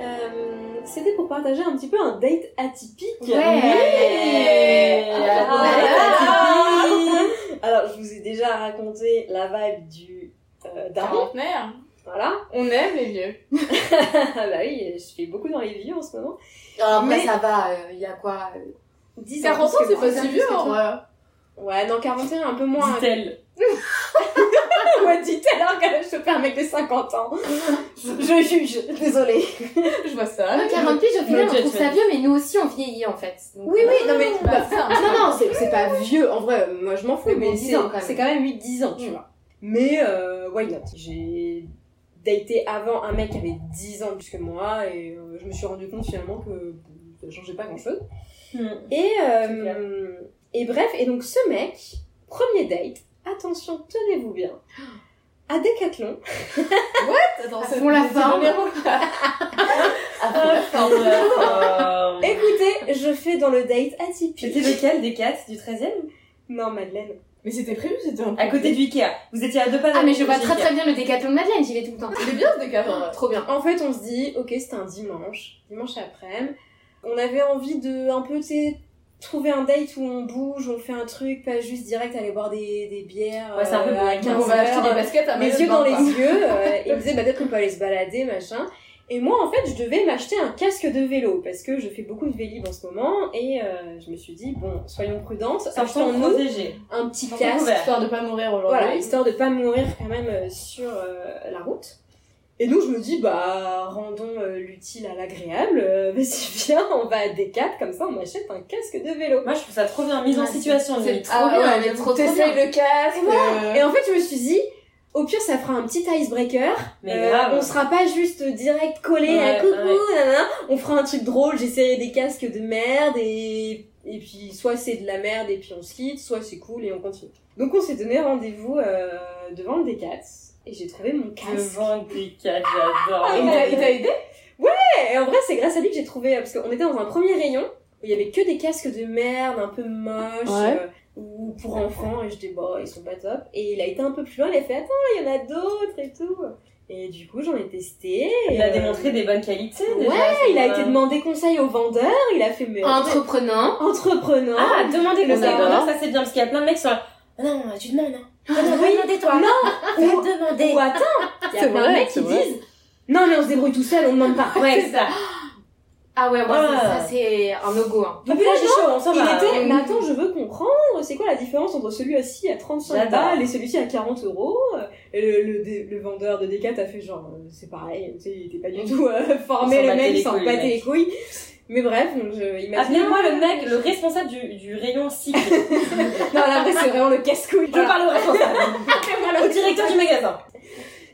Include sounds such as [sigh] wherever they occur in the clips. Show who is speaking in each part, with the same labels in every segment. Speaker 1: Euh, c'était pour partager un petit peu un date atypique.
Speaker 2: Ouais.
Speaker 1: Ouais.
Speaker 2: Ah,
Speaker 1: Ah,
Speaker 2: ah,
Speaker 1: date atypique. Alors, je vous ai déjà raconté la vibe du euh, daron.
Speaker 2: Quarantenaire.
Speaker 1: Voilà. [laughs]
Speaker 2: On aime les vieux.
Speaker 1: bah oui, je fais beaucoup dans les vieux en ce moment.
Speaker 3: Alors après,
Speaker 1: Mais-
Speaker 3: ça va, il y a quoi euh,
Speaker 1: 10
Speaker 2: 40 ans,
Speaker 3: parce que
Speaker 2: c'est pas
Speaker 3: plus
Speaker 2: si
Speaker 3: que
Speaker 2: vieux hein.
Speaker 3: toi.
Speaker 4: hein.
Speaker 2: en vrai.
Speaker 1: Ouais, dans 41, un peu moins.
Speaker 2: Dit-elle.
Speaker 1: [laughs] ouais, dit-elle, hein, alors qu'elle a chopé un mec de
Speaker 2: [laughs]
Speaker 1: 50 ans. je juge, désolée.
Speaker 2: Je vois
Speaker 4: Ah,
Speaker 2: ça.
Speaker 3: Non, 40 piges, au final,
Speaker 2: No
Speaker 3: on trouve ça
Speaker 2: judgment.
Speaker 3: vieux, mais nous aussi, on vieillit en fait. Donc,
Speaker 1: Oui,
Speaker 3: euh,
Speaker 1: oui, non mais.
Speaker 2: Bah, ça.
Speaker 3: [laughs] Non, non, c'est.
Speaker 1: c'est, c'est pas
Speaker 4: [laughs]
Speaker 1: vieux, en vrai, moi je m'en fous,
Speaker 3: Oui,
Speaker 1: mais
Speaker 3: bon,
Speaker 1: c'est,
Speaker 3: 10 ans, quand même.
Speaker 1: c'est quand même 8-10 ans, tu
Speaker 3: Mm.
Speaker 1: vois. Mais, euh, why not J'ai daté avant un mec qui avait 10 ans de plus que moi, et euh, je me suis rendu compte finalement que ça changeait pas grand chose.
Speaker 5: Mm.
Speaker 1: Et,
Speaker 2: C'est clair.
Speaker 1: euh, et bref, et donc ce mec, premier date, attention, tenez-vous bien, à Decathlon,
Speaker 2: Attends,
Speaker 3: À
Speaker 2: c'est-
Speaker 3: fond la
Speaker 2: c'est
Speaker 3: forme.
Speaker 2: numéro.
Speaker 3: [laughs] Ah,
Speaker 1: écoutez, je fais dans le date atypique.
Speaker 5: C'était lequel des quatre du 13 e
Speaker 1: Non, Madeleine.
Speaker 2: Mais c'était prévu, c'était un
Speaker 5: À côté du Ikea. Vous étiez à deux pas
Speaker 3: ah, mais je vois
Speaker 5: du
Speaker 3: très
Speaker 5: Ikea.
Speaker 3: très bien le décathlon de Madeleine, j'y vais tout le temps.
Speaker 2: Il est bien ce décalage.
Speaker 3: Ah,
Speaker 4: hein.
Speaker 3: Trop bien.
Speaker 1: En fait, on se dit, ok, c'était un dimanche, dimanche après-midi. On avait envie de un peu, tu sais, trouver un date où on bouge, on fait un truc, pas juste direct aller boire des, des bières.
Speaker 5: Ouais, c'est un peu
Speaker 1: euh, à
Speaker 5: boring.
Speaker 2: On
Speaker 1: 15
Speaker 2: va acheter des
Speaker 1: heures,
Speaker 2: baskets à
Speaker 1: les
Speaker 2: Madeleine
Speaker 1: yeux dans
Speaker 2: Bain,
Speaker 1: les
Speaker 2: quoi.
Speaker 1: yeux. euh, et il me disait, bah, peut-être qu'on peut aller se balader, machin. Et moi, en fait, je devais m'acheter un casque de vélo parce que je fais beaucoup de vélib en ce moment et euh, je me suis dit, bon, soyons prudentes,
Speaker 5: Ça me semble
Speaker 1: achetons-nous
Speaker 5: protégé.
Speaker 1: un petit
Speaker 5: Sans
Speaker 1: casque
Speaker 5: couvert.
Speaker 2: Histoire de pas mourir
Speaker 1: voilà,
Speaker 2: aujourd'hui.
Speaker 1: histoire de pas mourir quand même euh, sur euh, la route. Et nous, je me dis, bah, rendons euh, l'utile à l'agréable. euh, [laughs] Vas-y, viens, on va à Decathlon, comme ça, on achète un casque de vélo.
Speaker 5: Moi, je trouve ça trop bien. Mise en
Speaker 3: Ouais,
Speaker 5: situation,
Speaker 3: c'est-
Speaker 5: limite.
Speaker 4: Ah
Speaker 3: Trop bien,
Speaker 2: ouais,
Speaker 3: mais
Speaker 2: vous
Speaker 3: trop, trop
Speaker 2: t'essayes
Speaker 3: bien.
Speaker 2: le casque. euh,
Speaker 1: Et en fait, je me suis dit, au pire, ça fera un petit icebreaker.
Speaker 5: Mais
Speaker 1: Euh,
Speaker 5: grave.
Speaker 1: on sera pas juste direct collé à
Speaker 5: Ouais,
Speaker 1: coucou,
Speaker 5: ouais.
Speaker 1: nanana. On fera un truc drôle, j'essaierai des casques de merde et, et puis soit c'est de la merde et puis on se quitte, soit c'est cool et on continue. Donc on s'est donné rendez-vous euh, devant le Decathlon et j'ai trouvé mon casque.
Speaker 5: Devant des quatre, j'adore.
Speaker 2: il t'a- il t'a aidé
Speaker 1: Ah Et en vrai, c'est grâce à lui que j'ai trouvé, euh, parce qu'on était dans un premier rayon où il y avait que des casques de merde un peu moches.
Speaker 2: Ouais.
Speaker 1: euh, ou pour enfants, et je dis, bon, ils sont pas top. Et il a été un peu plus loin, il a fait, attends, il y en a d'autres et tout. Et du coup, j'en ai testé.
Speaker 5: Il a
Speaker 1: euh,
Speaker 5: démontré des bonnes qualités,
Speaker 1: Ouais,
Speaker 5: déjà. c'est
Speaker 1: il a
Speaker 5: pas-
Speaker 1: été demandé conseil au vendeur, il a fait, mais.
Speaker 3: Entreprenant.
Speaker 1: Entrepreneur.
Speaker 5: Ah, demander
Speaker 1: Le
Speaker 5: conseil au
Speaker 1: vendeur.
Speaker 5: vendeur, ça c'est bien, parce qu'il y a plein de mecs qui sont là. Ah Non, tu demandes, hein. Ah Non,
Speaker 1: Oui.
Speaker 5: demandez toi.
Speaker 1: Non, [laughs]
Speaker 5: Faites demander.
Speaker 1: ou Oh, attends, il y a
Speaker 2: C'est
Speaker 1: plein de
Speaker 2: vrai,
Speaker 1: mecs
Speaker 2: c'est
Speaker 1: qui
Speaker 2: vrai.
Speaker 1: disent, non, mais on se débrouille tout seul, on demande pas.
Speaker 5: Ouais, c'est ça.
Speaker 3: Ah ouais, ouais,
Speaker 5: Ouais.
Speaker 3: ça, ça, c'est un logo. Hein.
Speaker 5: Depuis là, j'ai chaud, on s'en
Speaker 1: Ah, Il
Speaker 5: va.
Speaker 1: était,
Speaker 3: oui.
Speaker 1: mais attends, je veux comprendre, c'est quoi la différence entre celui assis à 35
Speaker 5: J'adore.
Speaker 1: balles et celui-ci à 40 euros Et le, le dé- le vendeur de Decat a fait genre, euh, c'est pareil, tu sais, il était pas du tout euh,
Speaker 5: [laughs] Il
Speaker 1: formé,
Speaker 5: s'en
Speaker 1: le
Speaker 5: battait
Speaker 1: mec,
Speaker 5: les
Speaker 1: il s'en
Speaker 5: couilles, le
Speaker 1: battait
Speaker 5: mec.
Speaker 1: les couilles. Mais bref, donc je, il m'a dit,
Speaker 5: Ah, Appelez-moi le mec, le responsable du, du
Speaker 1: [laughs]
Speaker 5: rayon cycle.
Speaker 1: Non, là, après, c'est vraiment le casse-couille.
Speaker 5: Je parle au responsable. [laughs] au directeur du magasin.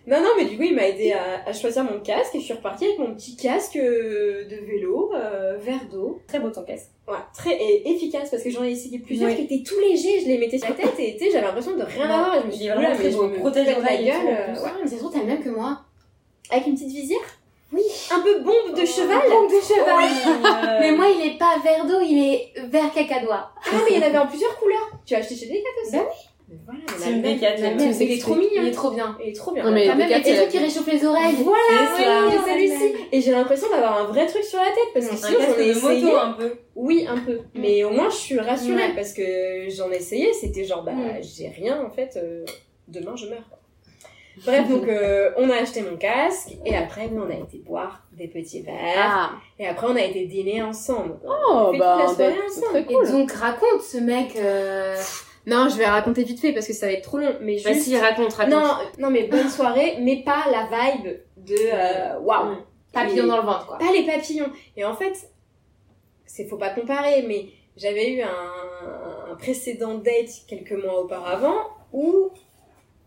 Speaker 1: Non, non, mais du coup, il m'a aidé à, à choisir mon casque et je suis repartie avec mon petit casque euh, de vélo, euh, verre d'eau.
Speaker 5: Très beau ton casque.
Speaker 1: Voilà, très et efficace parce que j'en ai essayé plusieurs
Speaker 5: Oui.
Speaker 1: qui étaient tout légers, je les mettais sur la tête et tu sais, j'avais l'impression de rien
Speaker 5: Non,
Speaker 1: avoir. et Je me suis
Speaker 5: il
Speaker 1: dit,
Speaker 5: est vraiment
Speaker 1: oula,
Speaker 5: très
Speaker 1: mais je
Speaker 5: beau,
Speaker 1: me
Speaker 5: protège
Speaker 1: pète
Speaker 5: les
Speaker 1: la
Speaker 5: oreilles et
Speaker 1: gueule.
Speaker 5: tout, en
Speaker 1: euh,
Speaker 5: plus.
Speaker 1: ouais.
Speaker 3: Ouais, mais ça se trouve, t'as le même que moi.
Speaker 1: Avec une petite visière
Speaker 3: Oui.
Speaker 1: Un peu bombe de cheval
Speaker 3: Bombe de cheval.
Speaker 5: euh,
Speaker 3: Mais moi, il est pas vert d'eau, il est vert cacadois.
Speaker 1: Ah, mais il y en avait en plusieurs couleurs Tu as acheté chez Decat aussi
Speaker 3: Bah
Speaker 1: oui Mais voilà, on a
Speaker 5: Team
Speaker 1: le même-
Speaker 5: Decat,
Speaker 1: on a le même,
Speaker 5: j'aime
Speaker 2: bien.
Speaker 1: mais Il est trop
Speaker 3: Il
Speaker 1: mignon
Speaker 3: est trop bien.
Speaker 1: Il est trop bien
Speaker 2: Non, mais-
Speaker 3: T'as
Speaker 1: Voilà,
Speaker 2: le Decat,
Speaker 3: même les petits
Speaker 2: c'est
Speaker 3: trucs qui réchauffent les oreilles.
Speaker 5: C'est ça.
Speaker 1: oui,
Speaker 3: on a le
Speaker 1: celui-ci
Speaker 3: même.
Speaker 1: Et j'ai l'impression d'avoir un vrai truc sur la tête parce que
Speaker 5: Un
Speaker 1: sinon j'en
Speaker 5: casque
Speaker 1: ai
Speaker 5: de
Speaker 1: essayé
Speaker 5: moto hein. un peu.
Speaker 1: Oui, un peu. Mais au moins, je suis rassurée
Speaker 3: Ouais.
Speaker 1: parce que j'en ai essayé. C'était genre, bah,
Speaker 3: Mm.
Speaker 1: j'ai rien en fait. euh, demain, je meurs. quoi. Bref, donc, euh, on a acheté mon casque et après, nous, on a été boire des petits verres.
Speaker 2: Ah.
Speaker 1: Et après, on a été dîner ensemble.
Speaker 2: Oh,
Speaker 1: Fait toute
Speaker 2: bah,
Speaker 1: la soirée
Speaker 2: bah,
Speaker 1: ensemble.
Speaker 2: très
Speaker 3: Et
Speaker 2: cool.
Speaker 3: donc, raconte ce mec. euh,
Speaker 1: Non, je vais raconter vite fait parce que ça va être trop long. Mais
Speaker 5: Vas-y, raconte, raconte.
Speaker 1: non, non, mais bonne soirée, mais pas la vibe de euh, waouh.
Speaker 5: Mm.
Speaker 3: Papillon
Speaker 1: Et-
Speaker 3: dans le ventre, quoi.
Speaker 1: pas les papillons. Et en fait, c'est faut pas comparer, mais j'avais eu un, un précédent date quelques mois auparavant où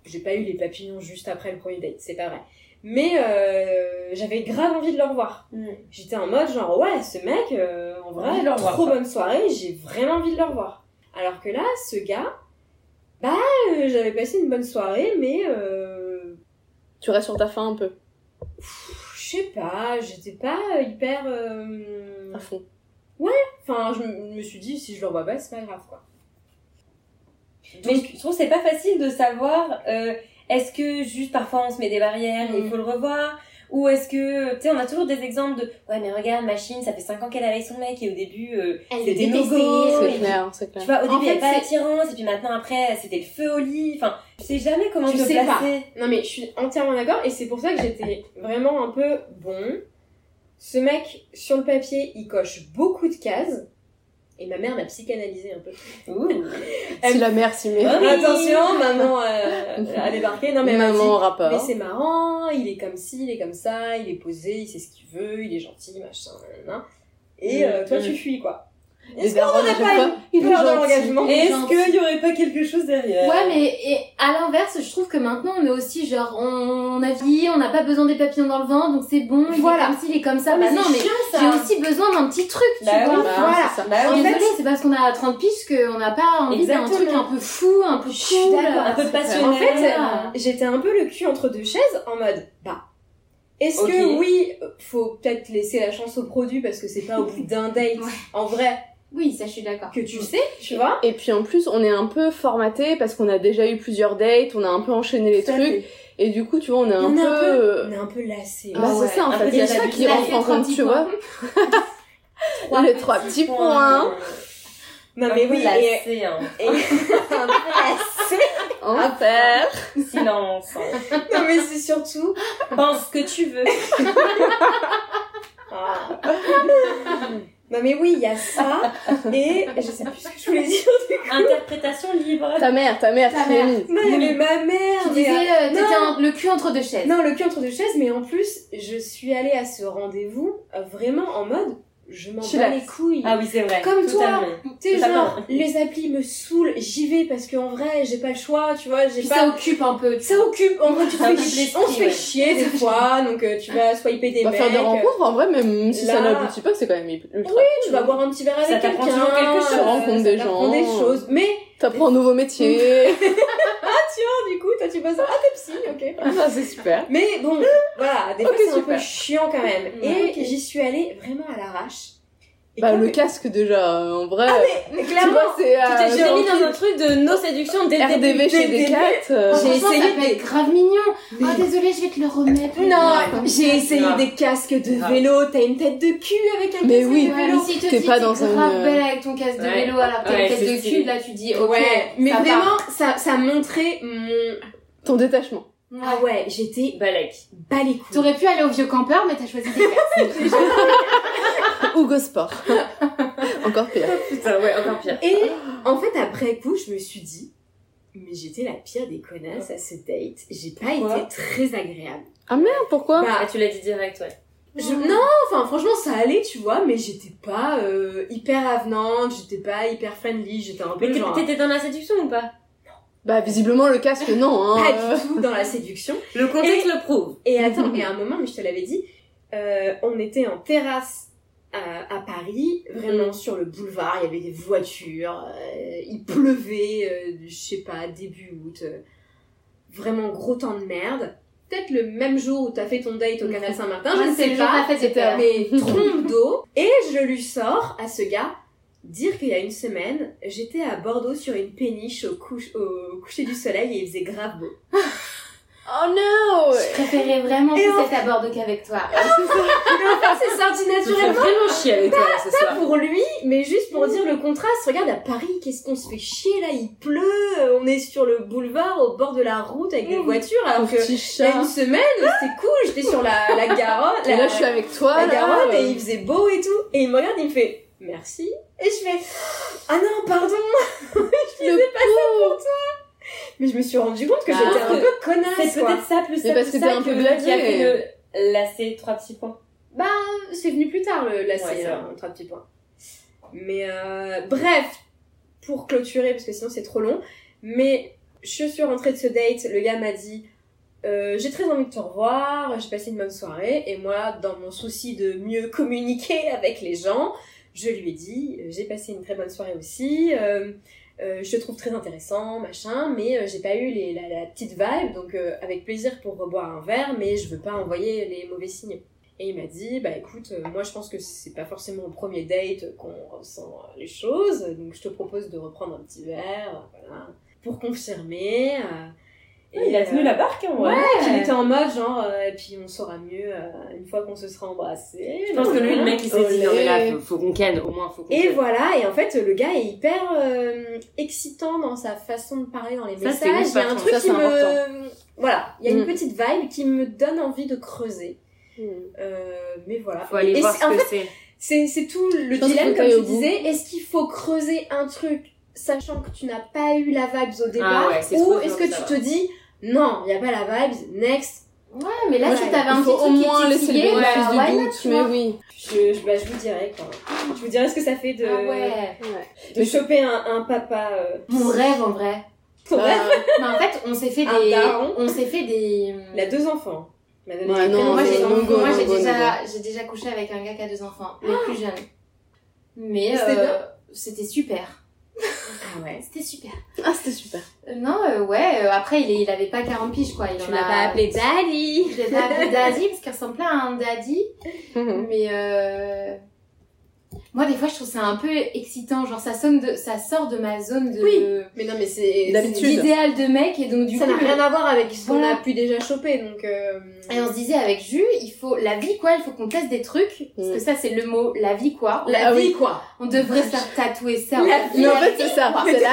Speaker 1: j'ai pas eu les papillons juste après le premier date, c'est pas vrai. Mais euh, j'avais grave envie de le revoir.
Speaker 2: Mm.
Speaker 1: J'étais en mode genre ouais, ce mec, euh, en
Speaker 5: Envie
Speaker 1: vrai,
Speaker 5: de le revoir,
Speaker 1: trop
Speaker 5: quoi.
Speaker 1: bonne soirée, j'ai vraiment envie de le revoir. Alors que là, ce gars, bah euh, j'avais passé une bonne soirée, mais euh,
Speaker 4: Tu restes sur ta faim un peu,
Speaker 1: pff, je sais pas, j'étais pas euh, hyper. euh,
Speaker 4: à fond.
Speaker 1: Enfin, je me me suis dit si je le revois pas, c'est pas grave quoi.
Speaker 5: Mais je trouve que c'est pas facile de savoir euh, est-ce que juste parfois on se met des barrières et il faut le revoir ou est-ce que tu sais on a toujours des exemples de ouais mais regarde machine ça fait 5 ans qu'elle est avec son mec et au début euh,
Speaker 3: Elle
Speaker 5: C'était
Speaker 3: était
Speaker 5: détestée,
Speaker 3: détestée.
Speaker 5: oui.
Speaker 4: C'est clair, hein, c'est
Speaker 5: tu
Speaker 4: clair.
Speaker 5: vois au
Speaker 3: En
Speaker 5: début il y
Speaker 3: fait,
Speaker 5: avait pas
Speaker 3: c'est-
Speaker 5: l'attirance et puis maintenant après c'était le feu au lit enfin tu sais jamais comment
Speaker 1: Tu
Speaker 5: te
Speaker 1: sais pas.
Speaker 5: placer.
Speaker 1: Non mais je suis entièrement d'accord et c'est pour ça que j'étais vraiment un peu bon. Ce mec, sur le papier, il coche beaucoup de cases. Et ma mère m'a psychanalysé un peu.
Speaker 4: Si la mère s'y met,
Speaker 5: Ah
Speaker 1: [laughs]
Speaker 5: oui.
Speaker 1: Attention, maman euh, a débarqué. Non mais elle m'a dit,
Speaker 4: maman au
Speaker 1: Mais
Speaker 4: rapport.
Speaker 1: c'est marrant, il est comme ci, il est comme ça, il est posé, il sait ce qu'il veut, il est gentil, machin, nanana. Et euh, toi, tu fuis quoi. Est-ce qu'on
Speaker 4: darons,
Speaker 1: n'a
Speaker 4: à chaque
Speaker 1: pas
Speaker 4: fois,
Speaker 1: une
Speaker 4: plus
Speaker 1: peur de
Speaker 4: gentils.
Speaker 1: l'engagement
Speaker 5: Est-ce qu'il y aurait pas quelque chose derrière
Speaker 3: Ouais, mais et à l'inverse, je trouve que maintenant on est aussi genre on, on a vie, on n'a pas besoin des papillons dans le ventre, donc c'est bon.
Speaker 1: Voilà.
Speaker 3: Voilà. Comme s'il est comme ça,
Speaker 5: Ah, mais
Speaker 3: bah non,
Speaker 5: c'est
Speaker 3: mais
Speaker 5: chiant, ça.
Speaker 3: j'ai aussi besoin d'un petit truc, tu
Speaker 5: Bah
Speaker 3: vois.
Speaker 5: oui,
Speaker 3: voilà.
Speaker 4: c'est ça.
Speaker 5: Bah
Speaker 3: Je
Speaker 5: oui.
Speaker 3: suis
Speaker 5: en fait,
Speaker 3: désolée, c'est parce qu'on a 30 piges qu'on n'a pas envie d'un
Speaker 5: Exactement.
Speaker 3: truc un peu fou, un peu
Speaker 5: je suis
Speaker 3: cool.
Speaker 5: d'accord, un peu passionnel.
Speaker 1: En fait,
Speaker 3: Ah.
Speaker 1: j'étais un peu le cul entre deux chaises en mode bah est-ce
Speaker 5: Ok.
Speaker 1: que oui faut peut-être laisser la chance au produit parce que c'est pas au bout d'un date
Speaker 3: Ouais.
Speaker 1: en vrai
Speaker 3: Oui, ça je suis d'accord.
Speaker 1: que tu sais tu vois
Speaker 4: Et puis en plus, on est un peu formaté parce qu'on a déjà eu plusieurs dates, on a un peu enchaîné les trucs, et du coup, tu vois, on est un
Speaker 1: on est un
Speaker 4: peu. euh,
Speaker 1: peu on est un peu lassé
Speaker 4: Bah,
Speaker 3: Ah ouais,
Speaker 4: c'est ça en
Speaker 5: un
Speaker 4: fait,
Speaker 5: peu
Speaker 4: il y a ça qui
Speaker 5: déshabitué.
Speaker 4: rentre en
Speaker 3: Trois
Speaker 4: compte,
Speaker 3: petits
Speaker 4: tu
Speaker 3: points.
Speaker 4: vois. Les trois petits points.
Speaker 1: non mais oui et, [laughs]
Speaker 5: lassé, hein.
Speaker 1: et- un peu lassé.
Speaker 4: En fait.
Speaker 5: [laughs] silence. hein.
Speaker 1: non mais c'est surtout
Speaker 5: Pense ce que tu veux.
Speaker 1: Ah. non mais oui il y a ça et je sais plus ce que je voulais dire
Speaker 5: Interprétation libre.
Speaker 4: Ta mère, ta mère,
Speaker 3: Ta
Speaker 4: tu l'as
Speaker 3: mère.
Speaker 4: mise.
Speaker 1: non il y avait ma mère
Speaker 3: Tu
Speaker 1: mais, euh,
Speaker 3: disais, euh, t'étais
Speaker 1: non.
Speaker 3: un- le cul entre deux chaises.
Speaker 1: Non, le cul entre deux chaises, mais en plus, je suis allée à ce rendez-vous euh, vraiment en mode je m'en
Speaker 4: Tu
Speaker 1: bats
Speaker 4: l'as-
Speaker 1: les couilles.
Speaker 5: Ah oui, c'est vrai.
Speaker 1: Comme toi.
Speaker 5: Totalement.
Speaker 1: tu sais,
Speaker 5: t'as
Speaker 1: genre,
Speaker 5: pas-
Speaker 1: les applis me saoulent, j'y vais parce qu'en vrai, j'ai pas le choix, tu vois, j'ai
Speaker 3: Puis
Speaker 1: pas.
Speaker 3: ça occupe un peu. tu
Speaker 1: Ça occupe, en vrai, tu te
Speaker 5: Ça
Speaker 1: fais
Speaker 5: occupe
Speaker 1: chier-
Speaker 5: l'esprit,
Speaker 1: on se fait
Speaker 5: ouais.
Speaker 1: chier des fois, donc euh, tu vas swiper des
Speaker 4: On va
Speaker 1: mecs,
Speaker 4: Bah, faire des
Speaker 1: euh,
Speaker 4: rencontres en vrai, même si ça
Speaker 1: là-
Speaker 4: n'aboutit pas, c'est quand même ultra.
Speaker 1: tu vas boire un petit verre
Speaker 5: Ça
Speaker 1: avec quelqu'un,
Speaker 5: t'apprend toujours quelque chose.
Speaker 1: euh,
Speaker 4: Tu rencontres des
Speaker 1: ça t'apprend
Speaker 4: gens.
Speaker 1: des choses, mais
Speaker 4: T'apprends un nouveau métier.
Speaker 1: oh, du coup, toi tu bosses à ta psy, ok.
Speaker 4: ah, c'est super.
Speaker 1: Mais bon, voilà, des fois
Speaker 4: Ok,
Speaker 1: c'est un peu
Speaker 4: super.
Speaker 1: chiant quand même.
Speaker 5: Ouais,
Speaker 1: Et
Speaker 5: ok.
Speaker 1: j'y suis allée vraiment à l'arrache. Et
Speaker 4: Bah,
Speaker 1: quand-
Speaker 4: le casque déjà, euh, en vrai. tu
Speaker 1: clairement,
Speaker 4: vois, c'est.
Speaker 5: Tu t'es
Speaker 4: euh,
Speaker 5: jamais mis dans un truc de nos séductions dès le début.
Speaker 4: RDV chez
Speaker 1: dès le
Speaker 4: Decat. euh,
Speaker 3: vois.
Speaker 1: j'ai
Speaker 3: Franchement,
Speaker 1: essayé
Speaker 3: ça peut être grave mignon. Ah, désolé, je vais te le remettre.
Speaker 1: Non, j'ai essayé
Speaker 5: Grave.
Speaker 1: des casques de
Speaker 5: Grave.
Speaker 1: vélo, t'as une tête de cul avec un
Speaker 4: Mais
Speaker 1: casque
Speaker 4: oui.
Speaker 1: de
Speaker 3: Ouais,
Speaker 1: vélo.
Speaker 3: mais si te
Speaker 4: T'es
Speaker 3: dis
Speaker 4: pas
Speaker 3: t'es
Speaker 4: dans un,
Speaker 3: grave
Speaker 4: euh,
Speaker 3: belle avec ton casse de
Speaker 5: ouais.
Speaker 3: vélo alors que t'as
Speaker 5: Ouais,
Speaker 3: une caisse
Speaker 5: c'est
Speaker 3: de
Speaker 5: stylé.
Speaker 3: cul là tu dis ok
Speaker 1: Ouais, mais
Speaker 3: ça
Speaker 1: vraiment, ça, ça montrait mon...
Speaker 4: Ton détachement.
Speaker 3: part.
Speaker 1: Ah ouais, j'étais
Speaker 5: Balek.
Speaker 1: bas les couilles.
Speaker 3: T'aurais pu aller au vieux campeur, mais t'as choisi des casques.
Speaker 4: Hugo Sport. Encore pire.
Speaker 5: Putain, ouais, encore pire.
Speaker 1: Et en fait, après coup, je me suis dit, mais j'étais la pire des connasses à ce date. J'ai pas
Speaker 5: Pourquoi
Speaker 1: été très agréable.
Speaker 4: Ah merde, pourquoi
Speaker 1: Bah,
Speaker 5: Ah, tu l'as dit direct, ouais.
Speaker 1: je... non, enfin, franchement, ça allait, tu vois, mais j'étais pas euh, hyper avenante, j'étais pas hyper friendly, j'étais un peu
Speaker 5: Mais t'es-
Speaker 1: genre...
Speaker 5: t'étais dans la séduction ou pas
Speaker 4: Bah, visiblement, le casque, non. Hein.
Speaker 1: Pas
Speaker 4: euh.
Speaker 1: du tout dans la séduction.
Speaker 5: Le contexte le prouve.
Speaker 1: Et attends, mais à un moment, mais je te l'avais dit, euh, on était en terrasse à, à Paris, vraiment sur le boulevard, il y avait des voitures, euh, il pleuvait, euh, je sais pas, début août, euh, vraiment gros temps de merde. Peut-être le même jour où t'as fait ton date au canal Saint-Martin, je ne sais pas,
Speaker 3: fait des peurs.
Speaker 1: mais trompe d'eau. Et je lui sors à ce gars dire qu'il y a une semaine, j'étais à Bordeaux sur une péniche au, couche- au coucher du soleil et il faisait grave beau.
Speaker 4: Oh no
Speaker 3: Je préférais vraiment
Speaker 1: Et
Speaker 3: plus
Speaker 1: en
Speaker 3: être à Bordeaux qu'avec toi.
Speaker 1: Mais ben, en fait, c'est sorti
Speaker 5: Tu fais
Speaker 1: naturellement.
Speaker 5: vraiment chier avec toi ce soir.
Speaker 1: pour lui, mais juste
Speaker 4: Mm.
Speaker 1: pour dire le contraste. Regarde à Paris, qu'est-ce qu'on se fait chier là Il pleut, euh, on est sur le boulevard, au bord de la route
Speaker 4: Mm.
Speaker 1: avec des voitures, alors que
Speaker 4: Petit
Speaker 1: il y a
Speaker 4: chat.
Speaker 1: une semaine, c'était cool. J'étais sur la, la Garonne,
Speaker 4: hein. Et
Speaker 1: la,
Speaker 4: là, je suis avec toi.
Speaker 1: la Garonne,
Speaker 4: là,
Speaker 1: et il faisait beau et tout. Et il me regarde, il me fait merci. Et je fais ah non, pardon. [laughs] je disais pas ça pour toi. Mais je me suis rendu compte que
Speaker 4: Ah.
Speaker 1: j'étais un peu connasse.
Speaker 5: C'est
Speaker 1: quoi.
Speaker 5: peut-être ça plus ça.
Speaker 4: Mais parce
Speaker 5: plus
Speaker 4: que
Speaker 5: ça
Speaker 4: t'es un peu
Speaker 5: que-
Speaker 4: blasé.
Speaker 5: Qui a fait le lacet trois petits points.
Speaker 1: Bah, c'est venu plus tard, le, la série,
Speaker 5: c'est
Speaker 1: hein, trois petits points. Mais euh, bref, pour clôturer, parce que sinon c'est trop long, mais je suis rentrée de ce date, le gars m'a dit euh, j'ai très envie de te revoir, j'ai passé une bonne soirée, et moi, dans mon souci de mieux communiquer avec les gens, je lui ai dit, euh, j'ai passé une très bonne soirée aussi, euh, euh, je te trouve très intéressant, machin, mais euh, j'ai pas eu les, la, la petite vibe, donc euh, avec plaisir pour reboire un verre, mais je veux pas envoyer les mauvais signes. Et il m'a dit, bah écoute, euh, moi je pense que c'est pas forcément au premier date qu'on ressent euh, les choses, donc je te propose de reprendre un petit verre, voilà, pour confirmer. euh,
Speaker 5: Ouais, il a tenu
Speaker 1: euh,
Speaker 5: la barque, hein, ouais.
Speaker 1: il était en mode genre, euh, et puis on saura mieux euh, une fois qu'on se sera embrassé.
Speaker 6: Je pense que lui, le mec, il s'est dit,
Speaker 4: Olé.
Speaker 6: non, mais là, faut, faut qu'on ken, au moins, faut qu'on
Speaker 1: Et
Speaker 6: ken.
Speaker 1: voilà, et en fait, le gars est hyper euh, excitant dans sa façon de parler dans les
Speaker 6: Ça, c'est
Speaker 1: messages.
Speaker 6: ouf,
Speaker 1: Il y a un
Speaker 6: attends,
Speaker 1: truc
Speaker 4: ça,
Speaker 1: qui
Speaker 4: c'est
Speaker 1: me. Voilà, il y a une
Speaker 4: Mm.
Speaker 1: petite vibe qui me donne envie de creuser.
Speaker 4: Mm.
Speaker 1: Euh, mais voilà.
Speaker 6: Faut aller
Speaker 1: Et
Speaker 6: voir
Speaker 1: c'est-
Speaker 6: ce
Speaker 1: en
Speaker 6: que
Speaker 1: fait,
Speaker 6: c'est.
Speaker 1: c'est c'est tout le
Speaker 4: Je pense
Speaker 1: dilemme,
Speaker 4: qu'il faut
Speaker 1: comme
Speaker 4: aller
Speaker 1: tu
Speaker 4: au bout.
Speaker 1: disais. Est-ce qu'il faut creuser un truc sachant que tu n'as pas eu la vibes au départ
Speaker 6: ouais, c'est trop
Speaker 1: Ou
Speaker 6: dur
Speaker 1: est-ce que
Speaker 6: de
Speaker 1: tu
Speaker 6: savoir.
Speaker 1: te dis, non, il n'y a pas la vibes, next,
Speaker 3: Ouais, Ah, mais là,
Speaker 1: Ouais,
Speaker 3: si t'avais un
Speaker 4: Il
Speaker 3: petit
Speaker 4: faut
Speaker 3: truc
Speaker 4: au moins laisser
Speaker 3: qui
Speaker 4: le
Speaker 3: titillait, bah,
Speaker 4: bénéfice
Speaker 3: why
Speaker 4: du
Speaker 3: not,
Speaker 4: doute,
Speaker 3: tu
Speaker 4: mais
Speaker 3: vois
Speaker 4: oui.
Speaker 1: Je, je- bah, je vous dirai quoi. Je vous dirai ce que ça fait de,
Speaker 3: Ah ouais.
Speaker 1: de choper un, un papa. euh,
Speaker 3: Mon rêve, en vrai.
Speaker 1: ton rêve.
Speaker 4: Euh,
Speaker 3: Mais en fait, on s'est fait
Speaker 1: Un
Speaker 3: des...
Speaker 1: daron.
Speaker 3: On s'est fait des...
Speaker 1: Il a deux enfants. hein. Madame Dupré.
Speaker 4: Ouais, non,
Speaker 3: moi, j'ai
Speaker 4: non, non,
Speaker 3: moi, j'ai
Speaker 4: non, non,
Speaker 3: déjà, j'ai déjà couché avec un gars qui a deux enfants, mais plus jeune. Mais
Speaker 1: C'était
Speaker 3: euh, c'était super.
Speaker 1: Ah ouais.
Speaker 3: C'était super.
Speaker 4: Ah, c'était super.
Speaker 3: Euh, non, euh, ouais, euh, après, il, est- il avait pas 40 piges, quoi. Il en a...
Speaker 1: Daddy
Speaker 3: Je l'ai pas appelé Daddy, parce qu'il ressemblait à un Daddy.
Speaker 4: Mhm.
Speaker 3: Mais euh... Moi, des fois, je trouve ça un peu excitant. Genre, ça, sonne de... ça sort de ma zone de...
Speaker 1: Oui. Mais non, mais c'est.
Speaker 4: D'habitude.
Speaker 3: L'idéal de mec, et donc du
Speaker 1: Ça
Speaker 3: coup...
Speaker 1: n'a
Speaker 3: le-
Speaker 1: rien à voir avec ce qu'on
Speaker 3: Voilà.
Speaker 1: a pu déjà choper donc. euh,
Speaker 3: Et on se disait avec Jules, il faut la vie quoi, il faut qu'on teste des trucs parce que
Speaker 4: Mm.
Speaker 3: ça c'est le mot la vie quoi.
Speaker 1: La
Speaker 4: Ah
Speaker 1: vie
Speaker 4: oui.
Speaker 1: quoi
Speaker 3: On devrait se faire tatouer ça.
Speaker 1: La vie.
Speaker 4: [laughs] Mais en fait, c'est ça. C'est la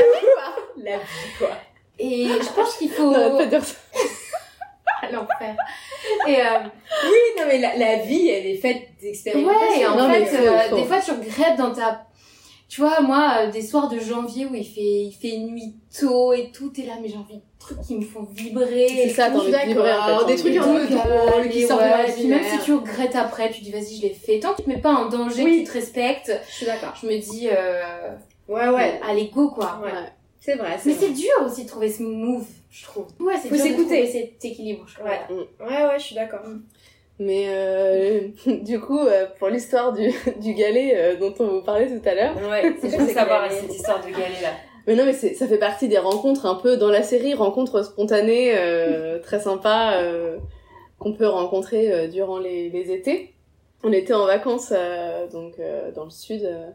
Speaker 1: La vie quoi
Speaker 3: Et je pense qu'il faut [laughs]
Speaker 4: On va pas dire ça.
Speaker 3: à l'enfer. Et euh,
Speaker 1: [laughs] Oui, non mais la, la vie elle est faite d'expérimentations.
Speaker 3: ouais, et en
Speaker 4: Non, mais
Speaker 3: fait,
Speaker 4: faut-
Speaker 3: euh,
Speaker 4: faut.
Speaker 3: des fois tu regrettes dans ta, tu vois, moi euh, des soirs de janvier où il fait il fait nuit tôt et tout, t'es là mais j'ai envie de trucs qui me font vibrer.
Speaker 4: C'est ça, t'as
Speaker 1: je
Speaker 4: envie
Speaker 1: suis
Speaker 4: de vibrer en fait.
Speaker 1: d'accord.
Speaker 4: t'as
Speaker 1: Des trucs
Speaker 4: envie
Speaker 1: euh,
Speaker 4: de-
Speaker 1: en mode drôle, qui
Speaker 3: Et
Speaker 1: sortent de
Speaker 3: ouais,
Speaker 1: l'ordinaire.
Speaker 3: puis même si tu regrettes après, tu dis vas-y je l'ai fait. Tant que tu te mets pas en danger,
Speaker 1: Oui.
Speaker 3: tu te respectes.
Speaker 1: Je suis d'accord.
Speaker 3: Je me dis euh,
Speaker 1: Ouais ouais.
Speaker 3: allez go quoi.
Speaker 1: Ouais. C'est vrai.
Speaker 3: Mais
Speaker 1: vrai.
Speaker 3: c'est dur aussi de trouver ce move, je trouve. Ouais, c'est
Speaker 1: Faut
Speaker 3: dur de
Speaker 1: s'écouter.
Speaker 3: trouver cet équilibre, je trouve.
Speaker 1: Ouais. Ouais ouais, je suis d'accord.
Speaker 4: Mais euh, [laughs] du coup, euh, pour l'histoire du, [laughs] du galet euh, dont on vous parlait tout à l'heure,
Speaker 5: Ouais, c'est
Speaker 1: Je
Speaker 5: pour
Speaker 1: sais
Speaker 5: savoir
Speaker 1: que-
Speaker 5: cette histoire de galet là.
Speaker 4: mais non, mais c'est- ça fait partie des rencontres un peu dans la série, rencontres spontanées, euh, très sympas, euh, qu'on peut rencontrer euh, durant les, les étés. On était en vacances euh, donc euh, dans le sud euh,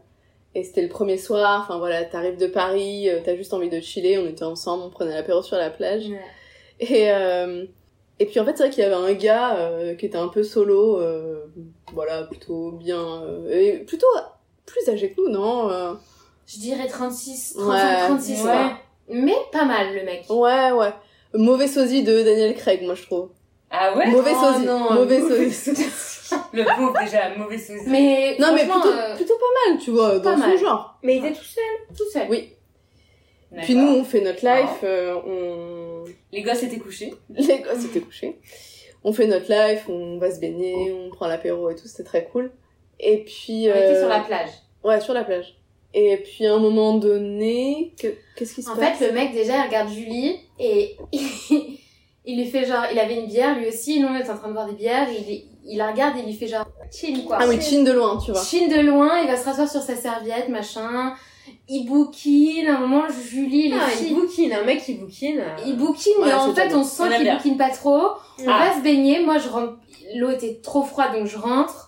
Speaker 4: et c'était le premier soir. Enfin voilà, t'arrives de Paris, euh, t'as juste envie de chiller. On était ensemble, on prenait l'apéro sur la plage. Et, euh, et puis en fait, c'est vrai qu'il y avait un gars euh, qui était un peu solo, euh, voilà, plutôt bien. euh, et plutôt plus âgé que nous, non euh,
Speaker 3: Je dirais 36, 35,
Speaker 4: Ouais.
Speaker 3: 36,
Speaker 5: Ouais.
Speaker 3: quoi. Mais pas mal, le mec.
Speaker 4: Ouais, ouais. Mauvais sosie de Daniel Craig, moi je trouve.
Speaker 5: Ah ouais
Speaker 4: mauvais
Speaker 3: Oh
Speaker 4: sosie.
Speaker 3: non,
Speaker 4: mauvais sosie.
Speaker 5: Le pauvre déjà, mauvais sosie.
Speaker 3: Mais
Speaker 4: Non, mais
Speaker 3: franchement,
Speaker 4: plutôt,
Speaker 3: euh,
Speaker 4: plutôt pas mal, tu vois,
Speaker 3: pas
Speaker 4: dans son
Speaker 3: mal.
Speaker 4: genre.
Speaker 1: Mais il était tout seul.
Speaker 3: tout seul.
Speaker 4: Oui. Puis nous, on fait notre
Speaker 5: Wow.
Speaker 4: life, euh, on. [laughs]
Speaker 5: Les gosses étaient couchés.
Speaker 4: Les gosses étaient couchés. On fait notre life, on va se baigner, on prend l'apéro et tout, c'était très cool. Et puis.
Speaker 3: Oh. On était sur
Speaker 4: euh,
Speaker 3: la plage.
Speaker 4: Ouais, sur la plage. Et puis à un moment donné, que- qu'est-ce qui se
Speaker 3: En
Speaker 4: passe
Speaker 3: fait, le mec, déjà, il regarde Julie et [laughs] il lui fait genre... Il avait une bière, lui aussi. Nous, on était en train de boire des bières. Il, il la regarde et il lui fait genre... Chin, quoi.
Speaker 4: Ah oui, chine de loin, tu vois.
Speaker 3: Chine de loin, il va se rasseoir sur sa serviette, machin. Il bouquine. À un moment, Julie, il est
Speaker 1: Ah,
Speaker 3: fille.
Speaker 1: il bouquine, un mec qui bouquine. euh,
Speaker 3: Il bouquine, mais
Speaker 4: Ouais,
Speaker 3: en
Speaker 4: c'est
Speaker 3: fait,
Speaker 4: pas
Speaker 3: on
Speaker 5: On
Speaker 3: sent
Speaker 5: aime
Speaker 3: qu'il
Speaker 5: bien.
Speaker 3: bouquine pas trop. On
Speaker 5: Ah.
Speaker 3: va se baigner. Moi, je rentre. L'eau était trop froide, donc je rentre.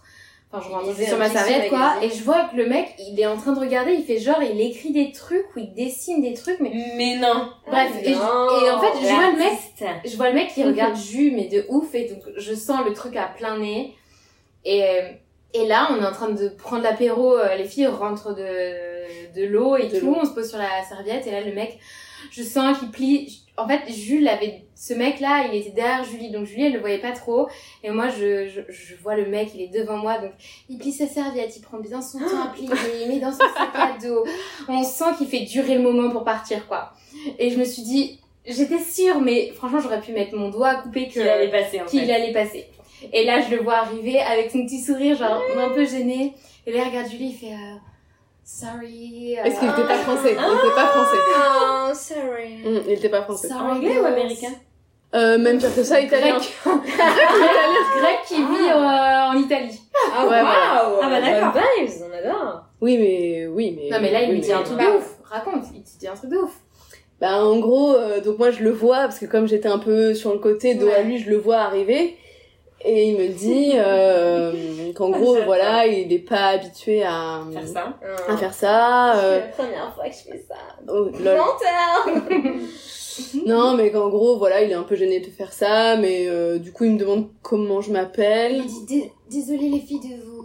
Speaker 3: Enfin, je
Speaker 1: Il
Speaker 3: rentre
Speaker 1: lisait
Speaker 3: sur
Speaker 1: un
Speaker 3: ma
Speaker 1: petit
Speaker 3: serviette, quoi.
Speaker 1: magazine.
Speaker 3: Et je vois que le mec, il est en train de regarder. Il fait genre, il écrit des trucs ou il dessine des trucs, mais.
Speaker 5: Mais non.
Speaker 3: Bref. Et, je- et en fait, je vois le mec. Je vois le mec qui
Speaker 4: Mhm.
Speaker 3: regarde Jus, mais de ouf. Et donc, je sens le truc à plein nez. Et, euh, et là, on est en train de prendre l'apéro. euh, Les filles rentrent de, de l'eau et
Speaker 4: De
Speaker 3: tout.
Speaker 4: l'eau.
Speaker 3: On se pose sur la serviette. Et là, le mec, je sens qu'il plie. En fait, Jules avait. Ce mec-là, il était derrière Julie. Donc, Julie, elle le voyait pas trop. Et moi, je, je, je vois le mec, il est devant moi. Donc, il plie sa serviette. Il prend bien son temps à plier. Il met dans son sac à dos. On sent qu'il fait durer le moment pour partir, quoi. Et je me suis dit. J'étais sûre, mais franchement, j'aurais pu mettre mon doigt à couper que
Speaker 5: Qu'il allait passer en fait.
Speaker 3: qu'il allait passer. Et là, je le vois arriver avec son petit sourire, genre un peu gêné. Et là, il regarde Julie, il fait euh, Sorry. euh,
Speaker 4: Est-ce qu'il était pas français Il était pas français.
Speaker 1: Oh, sorry.
Speaker 3: Ah.
Speaker 4: Hum, il était pas français.
Speaker 3: sorry,
Speaker 5: Anglais
Speaker 3: [laughs]
Speaker 5: ou
Speaker 3: girls.
Speaker 5: américain
Speaker 4: Euh, même pire que ça, italien.
Speaker 3: Grec. grec qui vit euh, en Italie.
Speaker 1: Ah,
Speaker 4: Ouais,
Speaker 1: waouh!
Speaker 5: Ah bah d'accord.
Speaker 1: Bonne vibes, on adore.
Speaker 4: Oui, mais, oui, mais.
Speaker 3: Non mais là il
Speaker 4: oui,
Speaker 3: lui dit
Speaker 4: mais-
Speaker 3: un truc de ouf. Bah, Raconte, il te dit un truc de ouf.
Speaker 4: Bah, en gros, euh, donc moi je le vois, parce que comme j'étais un peu sur le côté, dos à
Speaker 3: Ouais.
Speaker 4: lui, je le vois arriver. Et il me
Speaker 3: [laughs]
Speaker 4: dit euh, qu'en gros,
Speaker 1: J'adore.
Speaker 4: voilà, il n'est pas habitué à
Speaker 6: Faire ça.
Speaker 4: à faire ça.
Speaker 3: [laughs]
Speaker 4: euh,
Speaker 1: C'est la première fois que je fais ça.
Speaker 4: oh, lol. Non, mais qu'en gros, voilà, il est un peu gêné de faire ça, mais euh, du coup, il me demande comment je m'appelle.
Speaker 3: Il dit Dé- désolé les filles de vous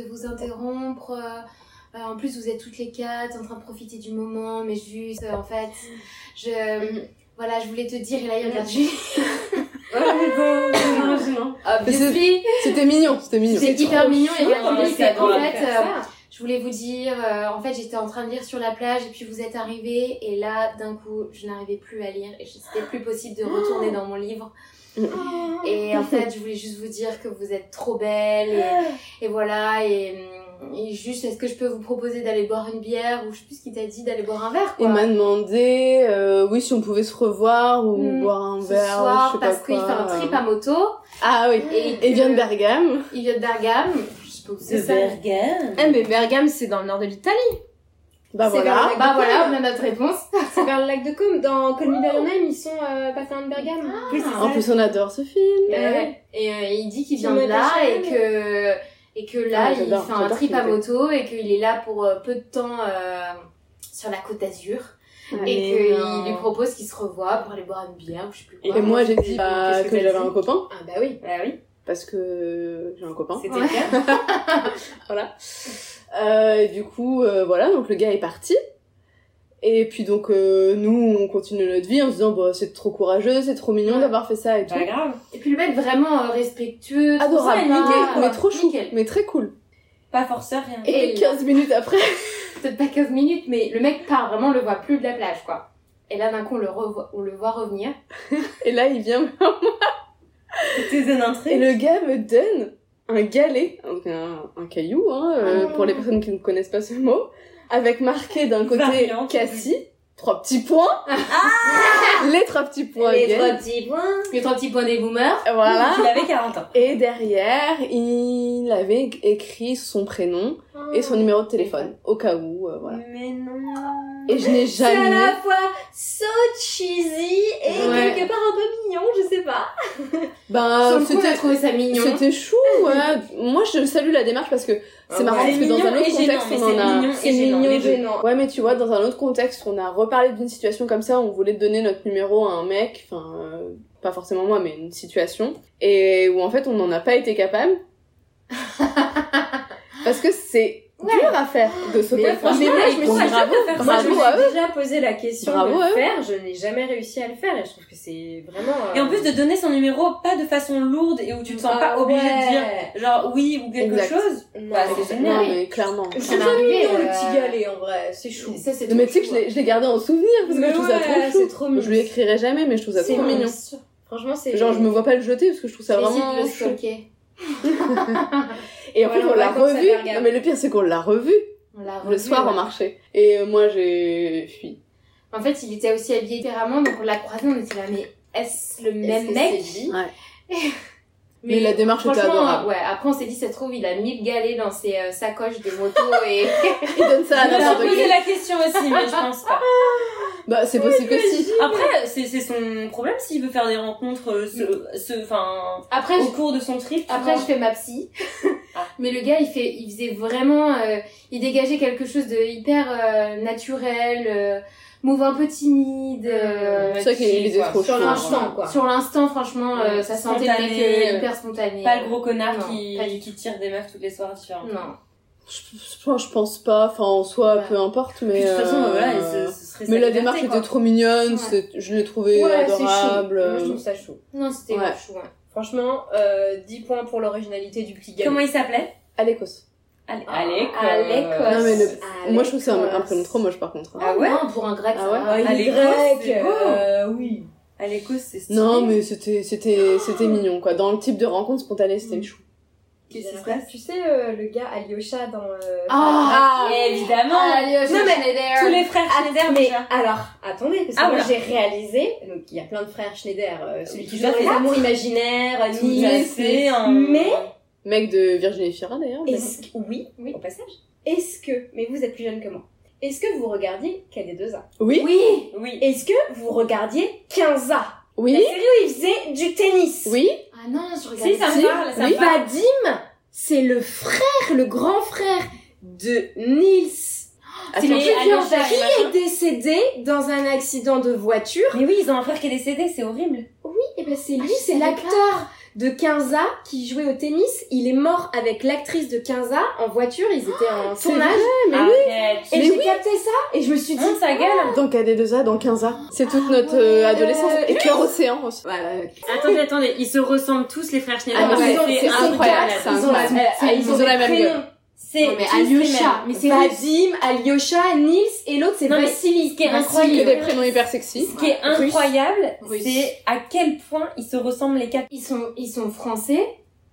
Speaker 3: de vous interrompre. euh, euh, en plus vous êtes toutes les quatre en train de profiter du moment, mais juste euh, en fait je voilà je voulais te dire et là il regarde Julie. Obviously.
Speaker 4: C'était mignon, c'était mignon.
Speaker 3: C'est hyper mignon et il
Speaker 1: chouette,
Speaker 3: regarde
Speaker 1: mais
Speaker 3: Julie.
Speaker 1: c'est
Speaker 3: En
Speaker 1: drôle.
Speaker 3: fait euh, je voulais vous dire euh, en fait j'étais en train de lire sur la plage et puis vous êtes arrivés et là d'un coup je n'arrivais plus à lire et je- c'était plus possible de retourner
Speaker 4: Ah.
Speaker 3: dans mon livre.
Speaker 1: Ah.
Speaker 4: [laughs]
Speaker 3: Et en fait, je voulais juste vous dire que vous êtes trop belle
Speaker 4: Ah.
Speaker 3: et, et voilà. Et, mm, et juste, est-ce que je peux vous proposer d'aller boire une bière ou je sais plus ce qu'il t'a dit d'aller boire un verre quoi.
Speaker 4: Il m'a demandé, euh, oui, si on pouvait se revoir ou
Speaker 3: Hmm, boire
Speaker 4: boire un
Speaker 3: ce
Speaker 4: verre,
Speaker 3: soir
Speaker 4: je sais
Speaker 3: parce
Speaker 4: pas
Speaker 3: qu'il fait un trip à moto
Speaker 4: Ah oui.
Speaker 3: et,
Speaker 4: Et vient de
Speaker 3: que-
Speaker 4: Bergame.
Speaker 3: Il vient de Bergame. Je sais pas où c'est ça.
Speaker 5: Bergen.
Speaker 1: Ah,
Speaker 6: Eh, mais Bergame, c'est dans le nord de l'Italie.
Speaker 4: Bah
Speaker 1: C'est
Speaker 4: voilà.
Speaker 3: Bah voilà, on a notre réponse.
Speaker 1: C'est vers le lac de Côme. Dans Call Me By Your Name, ils sont euh, passés à Bergame.
Speaker 5: Oui, c'est ça.
Speaker 4: En plus, on adore ce film.
Speaker 1: Ouais.
Speaker 3: Ouais. Et euh, il dit qu'il
Speaker 1: Tu
Speaker 3: vient de
Speaker 1: m'as
Speaker 3: là
Speaker 1: fait
Speaker 3: et que, et que là,
Speaker 4: Ah,
Speaker 3: il fait
Speaker 4: j'adore,
Speaker 3: un
Speaker 4: j'adore
Speaker 3: trip
Speaker 4: qu'il
Speaker 3: à
Speaker 4: fait.
Speaker 3: moto et qu'il est là pour euh, peu de temps euh, sur la côte d'Azur. Et qu'il lui propose qu'il se revoie pour aller boire une bière ou je sais plus quoi.
Speaker 4: Et moi, j'ai dit
Speaker 6: Qu'est-ce
Speaker 4: bah,
Speaker 6: que
Speaker 4: que,
Speaker 6: t'as
Speaker 4: j'avais
Speaker 6: dit
Speaker 4: un copain,
Speaker 1: Ah bah oui.
Speaker 6: Bah oui.
Speaker 4: parce que j'ai un copain.
Speaker 6: C'était
Speaker 3: Ouais.
Speaker 6: le cas.
Speaker 4: Euh, et du coup, euh, voilà, donc le gars est parti. Et puis donc, euh, nous, on continue notre vie en se disant, bah, c'est trop courageux, c'est trop mignon d'avoir fait
Speaker 5: Bah,
Speaker 4: ça et tout.
Speaker 6: Pas grave.
Speaker 3: Et puis le mec vraiment euh, respectueux, tout
Speaker 4: Adorable,
Speaker 3: ça,
Speaker 4: nickel,
Speaker 3: quoi.
Speaker 4: mais trop chou,
Speaker 3: Nickel.
Speaker 4: mais très cool.
Speaker 5: Pas forceur, rien.
Speaker 4: Et,
Speaker 3: Et
Speaker 4: 15 minutes après, [laughs]
Speaker 3: Peut-être pas 15 minutes, mais le mec part vraiment, on le voit plus de la plage quoi. Et là d'un coup on le, revoit, on le voit revenir.
Speaker 4: et là, il vient,
Speaker 5: C'était une
Speaker 4: et
Speaker 5: intrigue.
Speaker 4: le gars me donne un galet, un, un- un caillou, hein,
Speaker 5: Ah.
Speaker 4: euh, pour les personnes qui ne connaissent pas ce mot, avec marqué d'un côté
Speaker 5: Variante.
Speaker 4: Cassie, trois petits points,
Speaker 5: Ah.
Speaker 4: [laughs] les trois petits points,
Speaker 6: Les
Speaker 4: again.
Speaker 6: trois petits points.
Speaker 3: Les trois petits points des boomers.
Speaker 4: voilà.
Speaker 5: Il avait 40 ans.
Speaker 4: Et derrière, il avait écrit son prénom et son numéro de téléphone, au cas où, euh, voilà.
Speaker 5: Mais non.
Speaker 4: Et je n'ai
Speaker 1: C'est à
Speaker 4: jamais...
Speaker 1: la fois so cheesy et
Speaker 3: Ouais.
Speaker 1: quelque part un peu mignon, je sais pas.
Speaker 4: Ben,
Speaker 3: Sur le coup, on a
Speaker 4: c'était...
Speaker 3: trouvé ça mignon.
Speaker 4: C'était chou, ouais. Moi, je salue la démarche parce que c'est
Speaker 6: Ah
Speaker 4: marrant
Speaker 5: ouais.
Speaker 4: parce que
Speaker 5: C'est
Speaker 4: dans un
Speaker 5: mignon
Speaker 4: autre
Speaker 5: et gênant,
Speaker 4: contexte,
Speaker 5: mais
Speaker 4: on en
Speaker 5: c'est
Speaker 4: a.
Speaker 5: mignon et gênant, les deux.
Speaker 1: gênant.
Speaker 4: Ouais, mais tu vois, dans un autre contexte, on a reparlé d'une situation comme ça, on voulait donner notre numéro à un mec, enfin, euh, pas forcément moi, mais une situation, et où en fait on n'en a pas
Speaker 1: [laughs]
Speaker 4: été capable. parce que c'est dur à faire de sauter
Speaker 1: Mais
Speaker 4: le front.
Speaker 1: franchement,
Speaker 4: Mais
Speaker 1: je me
Speaker 4: donc,
Speaker 1: suis
Speaker 4: bravo,
Speaker 1: Moi, je
Speaker 4: bravo à
Speaker 1: me
Speaker 4: eux.
Speaker 1: suis déjà posé la question
Speaker 4: Bravo
Speaker 1: de
Speaker 4: à
Speaker 1: le
Speaker 4: eux.
Speaker 1: faire, je n'ai jamais réussi à le faire et je trouve que c'est vraiment. euh,
Speaker 5: Et en plus de donner son numéro pas de façon lourde et où tu te sens pas
Speaker 1: ah
Speaker 5: obligé
Speaker 1: ouais.
Speaker 5: de dire genre oui ou quelque
Speaker 4: Exact.
Speaker 5: chose.
Speaker 1: Non.
Speaker 5: Bah, c'est
Speaker 1: c'est
Speaker 4: Non,
Speaker 5: génial.
Speaker 4: mais
Speaker 1: [laughs]
Speaker 4: clairement.
Speaker 3: Ça m'est arrivé,
Speaker 1: mignon, le
Speaker 3: euh,
Speaker 1: petit galet en vrai, c'est chou.
Speaker 3: Ça, c'est
Speaker 4: Mais tu
Speaker 3: trop
Speaker 4: sais que
Speaker 3: chou,
Speaker 4: je l'ai- je l'ai gardé en souvenir parce que
Speaker 1: Mais
Speaker 4: je trouve ça
Speaker 1: ouais,
Speaker 4: trop chou.
Speaker 1: c'est trop mignon.
Speaker 4: Je lui écrirai jamais, mais je trouve ça
Speaker 1: C'est
Speaker 4: trop mignon.
Speaker 1: Franchement, c'est.
Speaker 4: Genre, je me vois pas le jeter parce que je trouve ça
Speaker 3: J'essaie
Speaker 4: vraiment.
Speaker 3: de le
Speaker 4: chou.
Speaker 3: stalker.
Speaker 4: Et en fait,
Speaker 1: Voilà,
Speaker 4: on l'a
Speaker 1: on va comme ça,
Speaker 4: revu.
Speaker 1: Bergame.
Speaker 4: Non, mais le pire, c'est qu'on l'a revu
Speaker 3: On l'a
Speaker 4: le
Speaker 3: revu,
Speaker 4: soir
Speaker 3: ouais.
Speaker 4: en marché. Et euh, moi, j'ai fui.
Speaker 3: En fait, il était aussi habillé différemment, donc on l'a croisé, on était là, mais est-ce le même mec
Speaker 4: Mais la démarche était
Speaker 3: franchement,
Speaker 4: adorable.
Speaker 3: Ouais, après on s'est dit, ça se trouve, il a mis le galet dans ses euh, sacoches de moto
Speaker 4: [laughs]
Speaker 3: et.
Speaker 4: Il donne ça à
Speaker 5: Je me
Speaker 4: n'importe
Speaker 5: suis
Speaker 4: qui.
Speaker 5: posé la question aussi, mais je pense pas.
Speaker 4: Bah, c'est possible que si.
Speaker 5: Après, c'est c'est son problème s'il veut faire des rencontres, euh, ce, ce, enfin,
Speaker 3: Après,
Speaker 5: au
Speaker 3: je,
Speaker 5: cours de son trip. tu
Speaker 3: après,
Speaker 5: vois.
Speaker 3: je fais ma psy.
Speaker 5: Ah.
Speaker 3: [laughs] Mais le gars, il, fait, il faisait vraiment. euh, il dégageait quelque chose de hyper euh, naturel, euh, move un peu timide. euh,
Speaker 4: C'est vrai qu'il était trop
Speaker 1: Sur
Speaker 4: chaud.
Speaker 1: l'instant, quoi.
Speaker 3: sur l'instant, franchement, euh, ça sentait le mec
Speaker 5: Spontané,
Speaker 3: euh,
Speaker 5: euh,
Speaker 3: hyper spontané.
Speaker 5: Pas le gros connard
Speaker 3: Non,
Speaker 5: qui,
Speaker 3: pas du
Speaker 5: qui tire des meufs toutes les soirs différentes.
Speaker 3: Non.
Speaker 4: Je, je- je pense pas. Enfin, en soi,
Speaker 3: Ouais.
Speaker 4: peu importe.
Speaker 5: Puis,
Speaker 4: Mais,
Speaker 5: de toute façon,
Speaker 4: euh,
Speaker 5: voilà, ce, ce serait sa
Speaker 4: mais la
Speaker 5: liberté,
Speaker 4: démarche
Speaker 5: quoi.
Speaker 4: était trop mignonne.
Speaker 3: Ouais.
Speaker 4: c'est- Je l'ai trouvée
Speaker 1: Ouais, c'est chou.
Speaker 4: adorable. euh.
Speaker 1: Moi, je trouve ça chou.
Speaker 3: Non, c'était
Speaker 4: Ouais.
Speaker 3: grave chou, ouais.
Speaker 1: Franchement, euh, 10 points pour l'originalité du Ah, petit galet.
Speaker 5: Comment il s'appelait
Speaker 4: À l'Écosse.
Speaker 5: Ah, Allez,
Speaker 3: À l'Écosse.
Speaker 4: Non, mais le-
Speaker 3: À
Speaker 4: Moi, je trouve que c'est un, un
Speaker 3: l'Écosse.
Speaker 4: prénom trop moche, par contre. hein.
Speaker 5: Ah ouais
Speaker 3: Non, pour un grec,
Speaker 4: Ah
Speaker 3: ça
Speaker 4: ouais
Speaker 3: va.
Speaker 1: Ah, il
Speaker 5: À
Speaker 1: est
Speaker 5: l'Écosse,
Speaker 1: grec
Speaker 5: c'est beau.
Speaker 1: euh, Oui.
Speaker 5: À l'Écosse, c'est stylé.
Speaker 4: Non, mais c'était, c'était, c'était mignon, quoi. Dans le type de rencontre spontanée, c'était chou.
Speaker 1: Qu'est-ce qui se
Speaker 7: J'aimerais-
Speaker 1: passe
Speaker 7: Tu sais, euh, le gars Alyosha dans. euh,
Speaker 3: Ah,
Speaker 5: Évidemment
Speaker 3: Alyosha
Speaker 1: Non, mais
Speaker 3: Schneider.
Speaker 5: Tous les frères
Speaker 1: Attends,
Speaker 5: Schneider,
Speaker 1: ah, mais
Speaker 5: déjà.
Speaker 1: alors, attendez, parce que
Speaker 5: Ah,
Speaker 1: moi
Speaker 5: voilà.
Speaker 1: j'ai réalisé, donc il y a plein de frères Schneider, euh, celui qui joue dans
Speaker 5: Tout à
Speaker 1: les
Speaker 5: fait.
Speaker 1: amours imaginaires,
Speaker 5: Tout
Speaker 1: Nice,
Speaker 5: à fait, hein.
Speaker 1: mais
Speaker 4: Mec de Virginie Fira d'ailleurs.
Speaker 1: Est-ce que, oui,
Speaker 3: Oui.
Speaker 1: au passage, est-ce que, mais vous êtes plus jeune que moi, est-ce que vous regardiez KD2A
Speaker 4: Oui, oui,
Speaker 5: Oui.
Speaker 1: Est-ce que vous regardiez 15A La
Speaker 4: oui.
Speaker 1: série où il faisait du tennis
Speaker 3: Ah non, je regarde.
Speaker 5: Si, ça me parle, ça
Speaker 4: Oui.
Speaker 5: me parle.
Speaker 1: Vadim, c'est le frère, le grand frère de Nils,
Speaker 4: Attends,
Speaker 5: Mais Alyosha,
Speaker 1: qui
Speaker 5: il
Speaker 1: est décédé dans un accident de voiture.
Speaker 5: Mais oui, ils ont un frère qui est décédé, c'est horrible.
Speaker 1: Et ben c'est
Speaker 3: Ah,
Speaker 1: lui,
Speaker 3: je
Speaker 1: c'est
Speaker 3: savais pas.
Speaker 1: l'acteur de 15A qui jouait au tennis. Il est mort avec l'actrice de 15A en voiture, ils étaient en [gasps]
Speaker 4: c'est
Speaker 1: tournage.
Speaker 8: Ah,
Speaker 4: Mais
Speaker 5: Ah, Arrête.
Speaker 1: Et
Speaker 4: Mais
Speaker 1: j'ai
Speaker 4: oui.
Speaker 1: capté ça et je me suis dit,
Speaker 5: Honte, sa gueule.
Speaker 4: Dans KD2A, dans 15 ans. C'est toute notre euh, adolescence. Et Cœur Océan aussi. Voilà.
Speaker 8: Ah, Attendez, attendez, ils se ressemblent tous les frères Schneider.
Speaker 4: Ah, mais
Speaker 8: C'est
Speaker 4: ils ont-
Speaker 8: c'est
Speaker 4: c'est
Speaker 8: incroyable.
Speaker 4: incroyable, ça.
Speaker 1: ils ont, la-
Speaker 5: Euh,
Speaker 4: incroyable.
Speaker 1: ah, ils
Speaker 4: Ils
Speaker 1: ont
Speaker 4: ont
Speaker 1: des
Speaker 4: la même
Speaker 1: prénoms.
Speaker 4: gueule.
Speaker 5: C'est
Speaker 3: Non, mais
Speaker 5: tous les
Speaker 3: Alyosha,
Speaker 5: mêmes.
Speaker 3: mais c'est lui.
Speaker 1: Vadim, Alyosha, Nils et l'autre c'est
Speaker 5: Non, mais
Speaker 1: Vassili.
Speaker 5: ce qui est
Speaker 4: Que des
Speaker 5: incroyable,
Speaker 4: prénoms hyper sexy.
Speaker 5: ce qui est incroyable,
Speaker 3: Russe.
Speaker 5: c'est à quel point ils se ressemblent les quatre.
Speaker 3: Ils sont, ils sont français,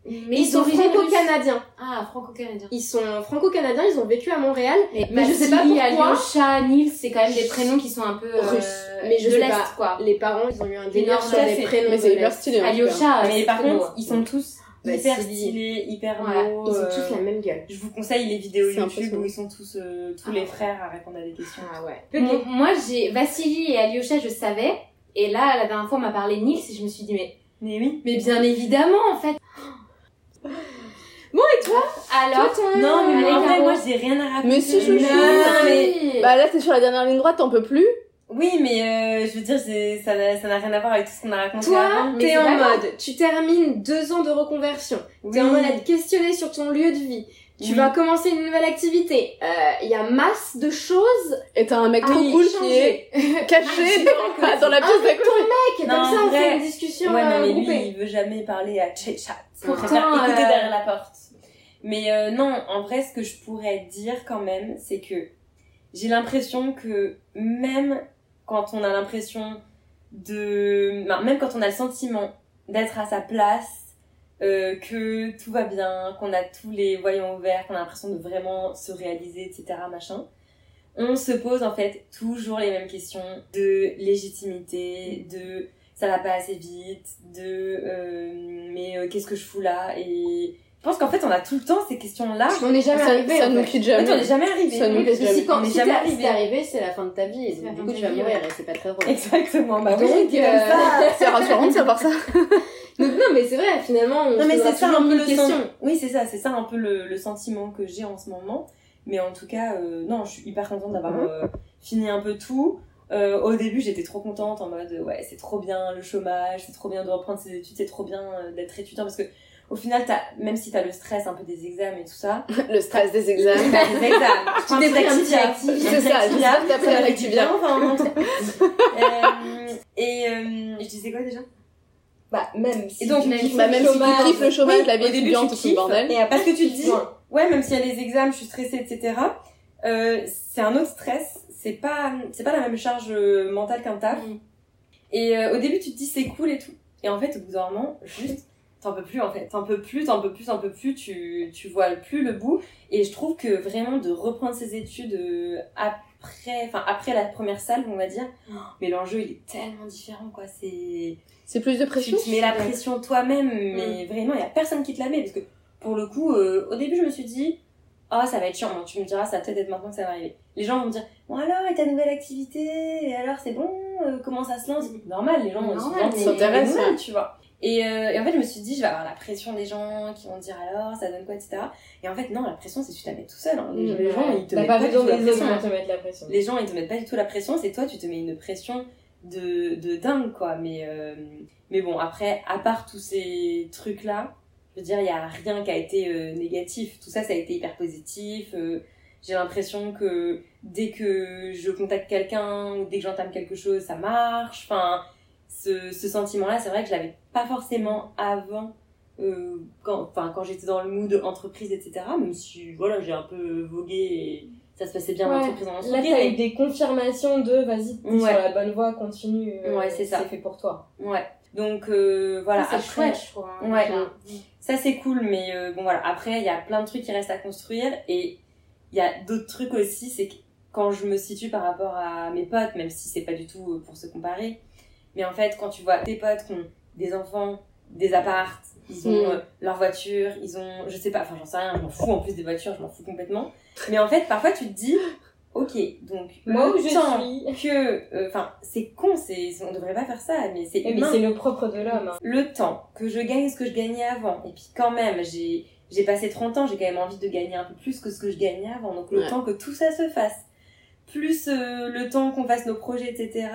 Speaker 3: mais
Speaker 1: Ils sont
Speaker 3: d'origine russe.
Speaker 1: franco-canadiens.
Speaker 3: Ah, franco-canadiens.
Speaker 1: Ils sont franco-canadiens, ils ont vécu à Montréal.
Speaker 3: Mais,
Speaker 1: mais je sais pas
Speaker 3: Vassili,
Speaker 1: pourquoi.
Speaker 3: Alyosha, Nils, c'est quand même des prénoms qui sont un peu euh,
Speaker 1: Russes. Mais je
Speaker 3: de
Speaker 1: sais
Speaker 3: l'est,
Speaker 1: pas.
Speaker 3: quoi.
Speaker 1: Les parents, ils ont eu un
Speaker 3: non,
Speaker 1: délire sur
Speaker 5: ça,
Speaker 1: les
Speaker 5: c'est-
Speaker 1: prénoms.
Speaker 4: Mais c'est
Speaker 1: de
Speaker 4: hyper
Speaker 1: l'Est.
Speaker 4: stylé. hein.
Speaker 3: Alyosha,
Speaker 5: mais
Speaker 3: Ah, c'est
Speaker 5: par
Speaker 3: très
Speaker 5: contre,
Speaker 3: beau. hein.
Speaker 5: ils sont tous
Speaker 1: Bah,
Speaker 5: hyper
Speaker 1: si.
Speaker 5: stylés, hyper
Speaker 3: Voilà,
Speaker 5: beaux.
Speaker 1: Ils ont
Speaker 5: euh,
Speaker 1: tous la même gueule.
Speaker 5: Je vous conseille les vidéos
Speaker 4: C'est
Speaker 5: YouTube
Speaker 4: impressionnant.
Speaker 5: où ils sont tous, euh, tous
Speaker 3: Ah.
Speaker 5: les frères à répondre à des questions.
Speaker 1: Ah ouais.
Speaker 3: Mon- Moi, j'ai Vassili et Alyosha, je savais. Et là, la dernière fois, on m'a parlé Nils et je me suis dit, mais,
Speaker 5: Mais oui.
Speaker 3: mais bien évidemment, en fait.
Speaker 1: Bon, et toi
Speaker 3: Alors,
Speaker 5: Non, mais
Speaker 3: Ah, Allez,
Speaker 5: en vrai,
Speaker 3: Caro.
Speaker 5: moi, j'ai rien à raconter.
Speaker 4: Mais si, je-
Speaker 5: Non,
Speaker 4: je-
Speaker 5: mais...
Speaker 4: Bah là, t'es sur la dernière ligne droite, t'en peux plus.
Speaker 5: Oui, mais euh, je veux dire, c'est- ça n'a ça n'a rien à voir avec tout ce qu'on a raconté avant.
Speaker 1: Toi,
Speaker 3: mais
Speaker 1: t'es
Speaker 3: c'est
Speaker 1: en
Speaker 3: pas grave.
Speaker 1: mode, tu termines deux ans de reconversion.
Speaker 5: Oui.
Speaker 1: T'es en mode à te questionner sur ton lieu de vie. Tu
Speaker 5: Oui.
Speaker 1: vas commencer une nouvelle activité. Euh, Il y a masse de choses.
Speaker 4: Et t'as un mec
Speaker 1: Ah
Speaker 4: trop
Speaker 1: oui,
Speaker 4: cool qui
Speaker 1: changer.
Speaker 4: est [laughs] caché [laughs]
Speaker 5: Ah,
Speaker 4: dans, dans la pièce d'à côté.
Speaker 1: Mec,
Speaker 5: Non,
Speaker 1: comme ça,
Speaker 5: en
Speaker 1: on fait
Speaker 5: vrai.
Speaker 1: une discussion
Speaker 5: Ouais, non,
Speaker 1: euh,
Speaker 5: mais lui,
Speaker 1: groupée.
Speaker 5: il veut jamais parler à Chat. Il
Speaker 3: Pourtant,
Speaker 5: préfère écouter
Speaker 3: euh,
Speaker 5: derrière la porte. Mais euh, non, en vrai, ce que je pourrais dire quand même, c'est que j'ai l'impression que même quand on a l'impression de... enfin, même quand on a le sentiment d'être à sa place, euh, que tout va bien, qu'on a tous les voyants ouverts, qu'on a l'impression de vraiment se réaliser, etc., machin, on se pose en fait toujours les mêmes questions de légitimité, de ça va pas assez vite, de euh, mais euh, qu'est-ce que je fous là et je pense qu'en fait on a tout le temps ces questions là.
Speaker 1: On n'est jamais
Speaker 4: Ça,
Speaker 1: arrivé.
Speaker 4: ça
Speaker 1: en
Speaker 4: nous
Speaker 1: fait.
Speaker 4: quitte
Speaker 5: En fait, on
Speaker 4: jamais.
Speaker 5: n'est jamais arrivé.
Speaker 4: Ça nous laisse
Speaker 5: Mais si,
Speaker 4: jamais.
Speaker 5: quand-
Speaker 8: Mais
Speaker 5: si
Speaker 8: si t'as-
Speaker 5: t'as-
Speaker 8: si t'es arrivé, c'est la fin de ta vie. Et
Speaker 3: C'est la
Speaker 8: donc,
Speaker 3: fin
Speaker 8: du coup,
Speaker 3: de
Speaker 8: tu
Speaker 3: ta
Speaker 8: vas
Speaker 3: vie,
Speaker 8: mourir et c'est pas très drôle.
Speaker 5: Exactement. Bah oui.
Speaker 1: Donc, euh,
Speaker 4: C'est rassurant de savoir ça.
Speaker 1: donc, non, mais c'est vrai, finalement, on
Speaker 5: Non mais
Speaker 1: se
Speaker 5: c'est
Speaker 1: posera
Speaker 5: ça
Speaker 1: toujours
Speaker 5: un peu
Speaker 1: mille
Speaker 5: le
Speaker 1: questions.
Speaker 5: sentiment. Oui c'est ça, c'est ça un peu le, le sentiment que j'ai en ce moment. Mais en tout cas, euh, non, je suis hyper contente d'avoir euh, fini un peu tout. Euh, au début, j'étais trop contente en mode ouais, c'est trop bien le chômage, c'est trop bien de reprendre ses études, c'est trop bien euh, d'être étudiant parce que au final, t'as, même si t'as le stress un peu des examens et tout ça,
Speaker 4: Le stress des examens.
Speaker 5: t'as des examens. Tu prends un
Speaker 1: t'es
Speaker 5: petit
Speaker 1: pris un petit
Speaker 5: Activia.
Speaker 1: actif.
Speaker 4: C'est ça, juste
Speaker 5: Activia,
Speaker 4: après
Speaker 5: ça m'a fait du
Speaker 4: l'Activia.
Speaker 5: bien, enfin, on monte. [laughs] Euh, et euh, je disais quoi déjà
Speaker 1: Bah, même si.
Speaker 5: Et donc,
Speaker 1: tu
Speaker 3: même
Speaker 1: kiffes
Speaker 3: si-
Speaker 4: Bah, même si tu
Speaker 1: chômage,
Speaker 4: kiffes le chômage, la vie
Speaker 5: au début,
Speaker 4: étudiante,
Speaker 5: tu
Speaker 4: tout le
Speaker 5: kiffes.
Speaker 4: bordel.
Speaker 5: Et parce que tu te dis,
Speaker 1: Ouais.
Speaker 5: ouais, même s'il y a les examens, je suis stressée, etc. Euh, c'est un autre stress. C'est pas, c'est pas la même charge euh, mentale qu'un taf.
Speaker 3: Mm.
Speaker 5: Et euh, au début, tu te dis c'est cool et tout. Et en fait, au bout d'un moment, juste, t'en peux plus en fait. T'en peux plus, t'en peux plus, t'en peux plus. Tu, tu vois plus le bout. Et je trouve que vraiment de reprendre ses études euh, après, enfin après la première salle, on va dire.
Speaker 4: Mm.
Speaker 5: Mais l'enjeu, il est tellement différent quoi. C'est
Speaker 4: C'est plus de pression.
Speaker 5: tu te mets la pression toi-même, mais vraiment, il n'y a personne qui te la met. Parce que pour le coup, euh, au début, je me suis dit, ah ça va être chiant, Bon, tu me diras, ça va peut-être être maintenant que ça va arriver. Les gens vont me dire, bon alors, et ta nouvelle activité Et alors, c'est bon Euh, Comment ça se lance Normal, les gens
Speaker 3: Normal,
Speaker 5: vont souvent
Speaker 3: mais-
Speaker 5: des
Speaker 4: S'intéressent,
Speaker 5: nouvelles, tu vois. Et, euh, et en fait, je me suis dit, je vais avoir la pression des gens qui vont dire alors, ça donne quoi, etc. Et en fait, non, la pression, c'est tu la mets tout seul. hein. Les,
Speaker 4: Mmh.
Speaker 1: Mm.
Speaker 5: les gens, ils te
Speaker 8: T'as
Speaker 1: bah,
Speaker 5: mettent
Speaker 8: pas
Speaker 5: pas du
Speaker 8: besoin
Speaker 5: tout la
Speaker 8: des autres
Speaker 5: pression.
Speaker 1: hein.
Speaker 8: pour te mettre la pression.
Speaker 5: Les gens, ils te mettent pas du tout la pression, c'est toi, tu te mets une pression de, de dingue, quoi. Mais, euh, mais bon, après, à part tous ces trucs-là, je veux dire, il y a rien qui a été euh, négatif. Tout ça, ça a été hyper positif. Euh, J'ai l'impression que dès que je contacte quelqu'un ou dès que j'entame quelque chose, ça marche. Enfin, ce, ce sentiment-là, c'est vrai que je l'avais pas forcément avant. euh, quand, enfin, quand j'étais dans le mood entreprise, etc., même si voilà, j'ai un peu vogué et ça se passait bien
Speaker 8: Ouais.
Speaker 5: l'entreprise en
Speaker 8: Là,
Speaker 5: entreprise.
Speaker 8: t'as
Speaker 5: mais-
Speaker 8: eu des confirmations de vas-y, t'es
Speaker 5: Ouais.
Speaker 8: sur la bonne voie, continue. euh,
Speaker 5: Ouais, c'est ça.
Speaker 8: C'est fait pour toi.
Speaker 5: Ouais. Donc euh,
Speaker 1: Ah,
Speaker 5: voilà,
Speaker 3: c'est
Speaker 5: après,
Speaker 3: chouette, je trouve. hein,
Speaker 5: Ouais.
Speaker 3: déjà.
Speaker 5: ça c'est cool, mais euh, bon voilà, après il y a plein de trucs qui restent à construire et il y a d'autres trucs aussi, c'est que quand je me situe par rapport à mes potes, même si c'est pas du tout euh, pour se comparer, mais en fait quand tu vois tes potes qui ont des enfants, des apparts, ils ont
Speaker 1: Hmm.
Speaker 4: Mm.
Speaker 5: euh, leur voiture, ils ont, je sais pas, enfin j'en sais rien, je m'en fous en plus des voitures, je m'en fous complètement, mais en fait parfois tu te dis, ok, donc
Speaker 1: Moi où je
Speaker 5: temps
Speaker 1: suis.
Speaker 5: que, euh, enfin c'est con, c'est, on devrait pas faire ça, mais c'est
Speaker 1: Eh, Mais
Speaker 5: humain
Speaker 1: c'est le propre de l'homme. hein.
Speaker 5: le temps que je gagne ce que je gagnais avant. Et puis quand même, j'ai j'ai passé 30 ans, j'ai quand même envie de gagner un peu plus que ce que je gagnais avant. Donc le
Speaker 4: Ouais.
Speaker 5: temps que tout ça se fasse, plus euh, le temps qu'on fasse nos projets, etc.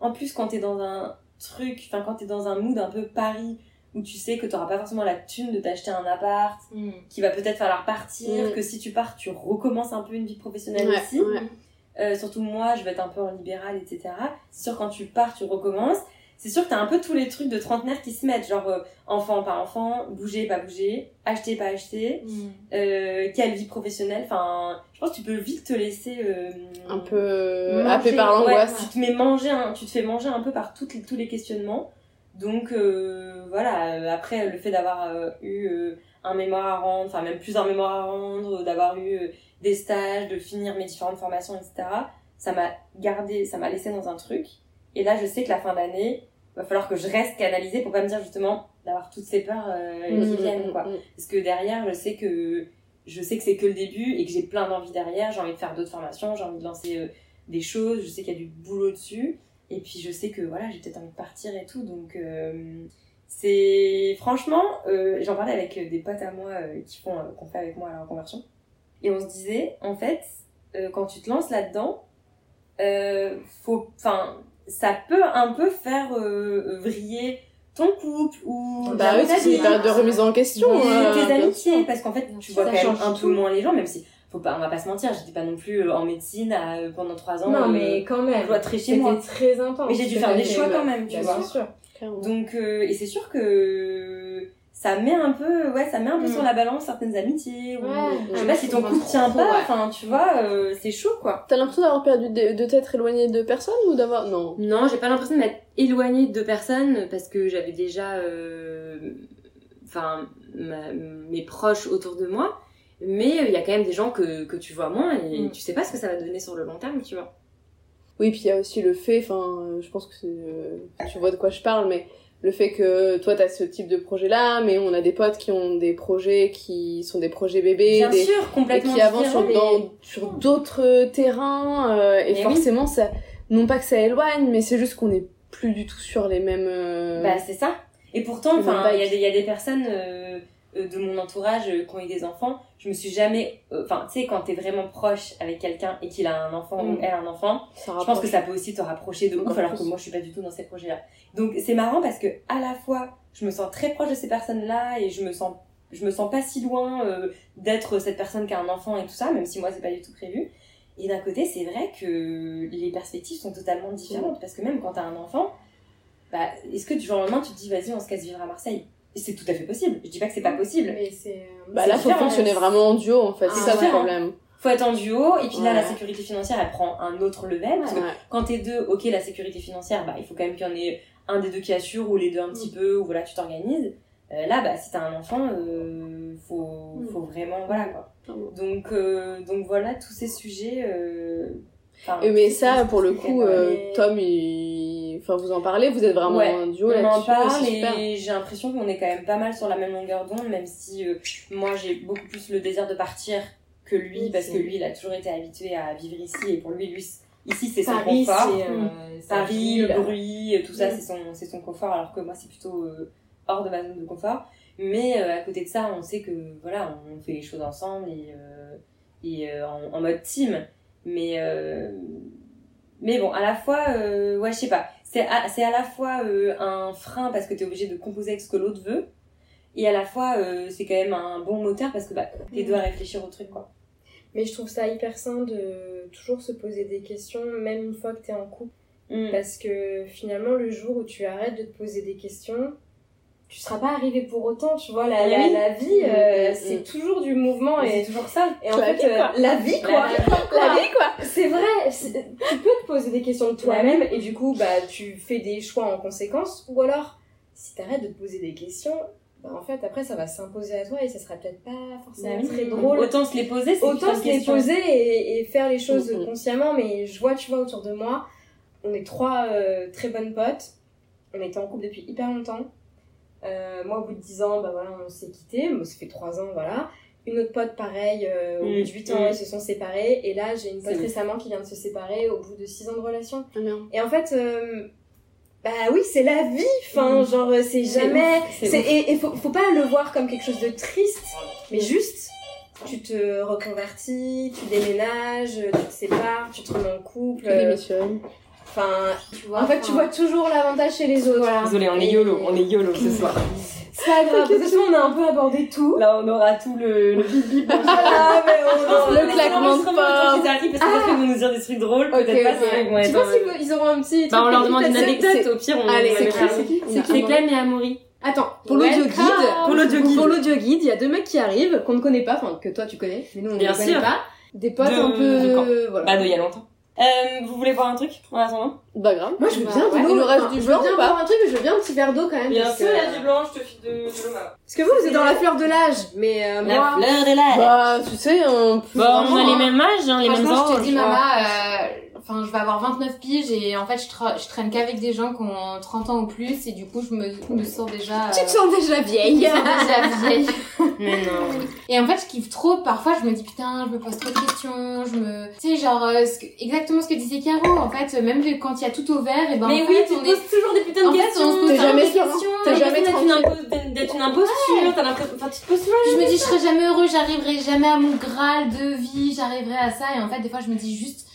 Speaker 5: En plus, quand t'es dans un truc, enfin quand t'es dans un mood un peu Paris, où tu sais que t'auras pas forcément la thune de t'acheter un appart,
Speaker 3: Mm.
Speaker 5: qui va peut-être falloir partir,
Speaker 4: Mm.
Speaker 5: que si tu pars, tu recommences un peu une vie professionnelle
Speaker 4: Ouais, Mm.
Speaker 5: aussi.
Speaker 4: ouais.
Speaker 5: Euh, surtout moi, je vais être un peu en libéral, etc. C'est sûr, quand tu pars, tu recommences. C'est sûr que t'as un peu tous les trucs de trentenaire qui se mettent, genre euh, enfant, pas enfant, bouger, pas bouger, acheter, pas acheter, euh, quelle vie professionnelle. Enfin, je pense que tu peux vite te laisser euh,
Speaker 4: Un peu euh,
Speaker 5: manger.
Speaker 4: happé par l'angoisse.
Speaker 5: Ouais, tu te mets manger, hein, tu te fais manger un peu par toutes les- tous les questionnements. Donc euh, voilà. euh, Après, le fait d'avoir euh, eu euh, un mémoire à rendre, enfin même plus un mémoire à rendre, euh, d'avoir eu euh, des stages, de finir mes différentes formations, etc. Ça m'a gardé, ça m'a laissé dans un truc. Et là, je sais que la fin d'année, va falloir que je reste canalisée pour pas me dire justement d'avoir toutes ces peurs euh, qui viennent,
Speaker 4: Mm,
Speaker 5: quoi. Parce que derrière, je sais que je sais que c'est que le début et que j'ai plein d'envie derrière. J'ai envie de faire d'autres formations, j'ai envie de lancer euh, des choses. Je sais qu'il y a du boulot dessus. Et puis je sais que voilà, j'ai peut-être envie de partir et tout. Donc euh, c'est franchement, euh, j'en parlais avec euh, des potes à moi euh, qui font euh, qu'on fait avec moi à la reconversion. Et on se disait en fait, euh, quand tu te lances là-dedans, euh, faut, enfin, ça peut un peu faire euh, vriller ton couple ou
Speaker 4: Bah
Speaker 5: la
Speaker 4: oui, c'est
Speaker 5: famille.
Speaker 4: une période de remise en question.
Speaker 5: Et
Speaker 1: euh,
Speaker 4: hein,
Speaker 5: tes
Speaker 4: bien
Speaker 5: amitiés
Speaker 4: sûr.
Speaker 5: parce qu'en fait tu
Speaker 3: Ça
Speaker 5: vois quand même
Speaker 1: change
Speaker 5: un peu
Speaker 1: tout.
Speaker 5: moins les gens même si faut pas on va pas se mentir j'étais pas non plus euh, en médecine à, euh, pendant trois ans
Speaker 1: Non,
Speaker 5: euh,
Speaker 1: mais quand même.
Speaker 5: cloîtrée chez
Speaker 1: C'était
Speaker 5: moi.
Speaker 1: très intense.
Speaker 5: Mais j'ai dû
Speaker 1: C'était
Speaker 5: faire des
Speaker 1: très-
Speaker 5: choix quand même, tu
Speaker 1: Bien
Speaker 5: vois.
Speaker 1: sûr.
Speaker 4: Clairement.
Speaker 5: donc euh, et c'est sûr que ça met un peu ouais ça met un peu
Speaker 3: Mm.
Speaker 5: sur la balance certaines amitiés ou- je sais
Speaker 1: Ah,
Speaker 4: Ouais,
Speaker 5: pas si ton couple tient pas enfin tu vois euh, c'est chaud quoi
Speaker 4: T'as l'impression d'avoir perdu de, de t'être éloigné de personne ou d'avoir non
Speaker 8: Non, j'ai pas l'impression de m'être éloignée de personne parce que j'avais déjà euh, enfin ma- mes proches autour de moi. Mais
Speaker 5: euh,
Speaker 8: il y a quand même des gens que, que tu vois moins et
Speaker 4: Mm.
Speaker 8: tu sais pas ce que ça va donner sur le long terme, tu vois.
Speaker 4: Oui, puis il y a aussi le fait, enfin, euh, je pense que c'est, euh, tu vois de quoi je parle, mais le fait que toi t'as ce type de projet-là, mais on a des potes qui ont des projets qui sont des projets bébés,
Speaker 5: bien
Speaker 4: des,
Speaker 5: sûr
Speaker 4: et
Speaker 5: complètement
Speaker 4: qui avancent sur,
Speaker 5: différent, mais-
Speaker 4: dans- sur d'autres terrains, euh, et
Speaker 5: Mais oui.
Speaker 4: forcément ça, non pas que ça éloigne, mais c'est juste qu'on est plus du tout sur les mêmes. euh,
Speaker 5: Bah c'est ça. Et pourtant,
Speaker 4: Ils ont
Speaker 5: enfin,
Speaker 4: pas
Speaker 5: il y, a
Speaker 4: eu.
Speaker 5: des- il y a des personnes euh, euh, de mon entourage euh, qui ont eu des enfants. Je me suis jamais, euh, enfin, tu sais, quand t'es vraiment proche avec quelqu'un et qu'il a un enfant
Speaker 4: Mm.
Speaker 5: ou elle a un enfant,
Speaker 4: ça
Speaker 5: je pense que ça peut aussi te rapprocher de ouf.
Speaker 4: Encore
Speaker 5: Alors
Speaker 4: plus.
Speaker 5: que moi, je suis pas du tout dans ces projets-là. Donc c'est marrant parce que à la fois, je me sens très proche de ces personnes-là et je me sens, je me sens pas si loin euh, d'être cette personne qui a un enfant et tout ça, même si moi c'est pas du tout prévu. Et d'un côté, c'est vrai que les perspectives sont totalement différentes parce que même quand t'as un enfant bah, est-ce que du jour au lendemain tu te dis vas-y on se casse vivre à Marseille Et C'est tout à fait possible, je dis pas que c'est pas possible.
Speaker 3: Mais c'est. euh,
Speaker 4: Bah là,
Speaker 5: c'est
Speaker 4: faut
Speaker 5: différent.
Speaker 4: fonctionner vraiment en duo en fait,
Speaker 3: Ah,
Speaker 4: c'est ça
Speaker 5: ouais.
Speaker 4: le problème.
Speaker 5: Faut être en duo, et puis là
Speaker 4: Ouais.
Speaker 5: la sécurité financière elle prend un autre level, parce que
Speaker 4: Ouais.
Speaker 5: quand t'es deux, ok la sécurité financière, bah il faut quand même qu'il y en ait un des deux qui assure, ou les deux un petit
Speaker 1: Mm.
Speaker 5: peu, ou voilà tu t'organises. Euh, là bah si t'as un enfant, euh, faut,
Speaker 1: Mm.
Speaker 5: faut vraiment, voilà quoi. Donc, euh, donc voilà tous ces sujets... euh, enfin,
Speaker 4: Et mais
Speaker 5: tous ces
Speaker 4: ça,
Speaker 5: sujets
Speaker 4: pour le
Speaker 5: qui
Speaker 4: coup,
Speaker 5: sont
Speaker 4: euh,
Speaker 5: liés.
Speaker 4: Tom, il... enfin, vous en parlez, vous êtes vraiment
Speaker 5: Ouais,
Speaker 4: un duo
Speaker 5: on en
Speaker 4: là-dessus.
Speaker 5: parle
Speaker 4: c'est super.
Speaker 5: et j'ai l'impression qu'on est quand même pas mal sur la même longueur d'onde, même si euh, moi j'ai beaucoup plus le désir de partir que lui, parce que lui il a toujours été habitué à vivre ici et pour lui, lui c- ici c'est son
Speaker 1: Paris,
Speaker 5: confort.
Speaker 1: c'est, euh, c'est
Speaker 5: Paris,
Speaker 1: un
Speaker 5: le
Speaker 1: film.
Speaker 5: bruit, euh, tout ça c'est son, c'est son confort, alors que moi c'est plutôt euh, hors de ma zone de confort. Mais euh, à côté de ça, on sait que voilà, on fait les choses ensemble et, euh, et euh, en, en mode team. Mais euh, mais bon, à la fois, euh, ouais, je sais pas. C'est à, c'est à la fois euh, un frein parce que t'es obligé de composer avec ce que l'autre veut, et à la fois, euh, c'est quand même un bon moteur parce que bah, t'es deux à réfléchir au truc, quoi.
Speaker 1: Mais je trouve ça hyper sain de toujours se poser des questions, même une fois que t'es en couple.
Speaker 5: Mm.
Speaker 1: Parce que finalement, le jour où tu arrêtes de te poser des questions, tu seras pas arrivé pour autant, tu vois. La, la,
Speaker 5: Oui.
Speaker 1: la vie, euh,
Speaker 4: Eh Mm,
Speaker 1: c'est toujours du mouvement
Speaker 5: Mais
Speaker 1: et,
Speaker 5: C'est toujours ça.
Speaker 1: et en
Speaker 4: La
Speaker 1: fait,
Speaker 4: vie,
Speaker 1: euh,
Speaker 4: quoi.
Speaker 1: la vie, quoi.
Speaker 4: La vie, quoi.
Speaker 1: C'est vrai, c'est- tu peux te poser des questions de toi-même et du coup, bah, tu fais des choix en conséquence. Ou alors, si t'arrêtes de te poser des questions, bah, en fait, après, ça va s'imposer à toi et ça sera peut-être pas forcément
Speaker 9: Bah oui.
Speaker 1: très drôle.
Speaker 5: Mm. Autant se les poser, c'est
Speaker 1: Autant se les poser et, et faire les choses
Speaker 5: Mm,
Speaker 4: Mhm.
Speaker 1: consciemment, mais je vois, tu vois, autour de moi, on est trois euh, très bonnes potes. On était en couple depuis hyper longtemps. Euh, moi, au bout de 10 ans, bah voilà, on s'est quittés. Moi, ça fait 3 ans, voilà. Une autre pote, pareil, euh, au
Speaker 5: Mhm.
Speaker 1: bout de 8 ans,
Speaker 5: Mhm.
Speaker 1: ils se sont séparés. Et là, j'ai une pote
Speaker 5: C'est ouf.
Speaker 1: récemment qui vient de se séparer au bout de 6 ans de relation.
Speaker 4: Ah, merde.
Speaker 1: Et en fait, euh, bah oui, c'est la vie, enfin,
Speaker 5: Mm.
Speaker 1: genre, euh, c'est jamais. c'est- et et faut, faut pas le voir comme quelque chose de triste, mais juste, tu te reconvertis, tu déménages, tu te sépares, tu te remets en couple.
Speaker 4: Tu
Speaker 1: euh,
Speaker 4: démissionnes.
Speaker 1: Enfin,
Speaker 3: Tu vois,
Speaker 1: en fait, tu
Speaker 3: enfin,
Speaker 1: vois toujours l'avantage chez les autres.
Speaker 5: Désolé, on est YOLO, on est YOLO ce soir.
Speaker 1: C'est pas grave, parce que sinon, on a un peu abordé tout.
Speaker 5: Là, on aura tout le, le bip bip.
Speaker 1: Voilà, mais on-
Speaker 4: Le claquement de
Speaker 5: Quand
Speaker 4: porte.
Speaker 5: ils arrivent, parce que peut-être qu'ils vont nous dire des trucs drôles,
Speaker 10: Oh,
Speaker 4: Ok,
Speaker 5: peut-être pas,
Speaker 4: ok.
Speaker 5: c'est vrai qu'ils vont
Speaker 3: Tu
Speaker 5: être,
Speaker 3: penses
Speaker 5: euh,
Speaker 3: qu'ils vont- ils auront un petit.
Speaker 5: Bah, on
Speaker 3: truc
Speaker 5: leur demande une
Speaker 3: d'imitation
Speaker 4: c'est-
Speaker 5: anecdote, au pire, on
Speaker 4: Allez,
Speaker 5: on
Speaker 4: c'est
Speaker 5: mettra-
Speaker 4: qui C'est qui
Speaker 5: C'est Clem et Amaury.
Speaker 10: Attends, pour
Speaker 3: Ouais,
Speaker 10: l'audio guide,
Speaker 3: grave.
Speaker 5: Pour l'audio guide.
Speaker 10: pour l'audio guide, il y a deux mecs qui arrivent qu'on ne connaît pas, enfin que toi tu connais, mais nous on ne
Speaker 5: Bien
Speaker 10: les connaît
Speaker 5: sûr.
Speaker 10: pas. Des potes
Speaker 5: De-
Speaker 10: un
Speaker 5: de quand
Speaker 10: peu, voilà.
Speaker 5: Bah, de il y a longtemps. Euh, vous voulez voir un truc en attendant
Speaker 4: Bah grave.
Speaker 10: Moi je veux bien
Speaker 3: Bah,
Speaker 10: de
Speaker 4: ouais.
Speaker 10: l'eau,
Speaker 4: Le reste
Speaker 10: enfin,
Speaker 4: du
Speaker 10: je veux
Speaker 4: blanc
Speaker 10: bien
Speaker 4: ou pas
Speaker 10: boire un truc, mais je veux bien un petit verre d'eau quand même. parce que-
Speaker 5: blanc, je te file de, l'eau là.
Speaker 10: Parce que vous, vous êtes dans la fleur de l'âge, mais euh,
Speaker 5: La
Speaker 10: moi,
Speaker 5: fleur de l'âge.
Speaker 4: Bah, tu sais, on peut.
Speaker 5: Bon, bah, on a les mêmes âges, hein, les mêmes
Speaker 3: Franchement, je te
Speaker 5: âges.
Speaker 3: dis, maman, euh, enfin, je vais avoir 29 piges et en fait, je, tra- je traîne qu'avec des gens qui ont 30 ans ou plus et du coup, je me, je me sens déjà. euh,
Speaker 10: tu te
Speaker 3: [laughs]
Speaker 10: sens déjà
Speaker 3: je me
Speaker 10: vieille.
Speaker 3: sens déjà vieille.
Speaker 5: Mais non.
Speaker 3: Et en fait, je kiffe trop. Parfois, je me dis putain, je me pose trop de questions. Je me, tu sais, genre euh, ce que- exactement ce que disait Caro. En fait, euh, même quand il y a tout au vert, et ben en fait, on est
Speaker 5: toujours des putains
Speaker 3: en fait, on se pose
Speaker 10: T'es
Speaker 3: toujours
Speaker 10: jamais
Speaker 3: des
Speaker 10: sûr, hein.
Speaker 3: questions.
Speaker 10: T'es
Speaker 5: T'as
Speaker 3: Et
Speaker 5: jamais
Speaker 10: jamais
Speaker 5: d'être une, impo- d'être- d'être une imposture, t'as l'impression. Enfin, tu te poses toujours.
Speaker 3: Je me dis, je serai jamais heureuse, j'arriverai jamais à mon graal de vie, j'arriverai à ça. Et en fait, des fois, je me dis juste,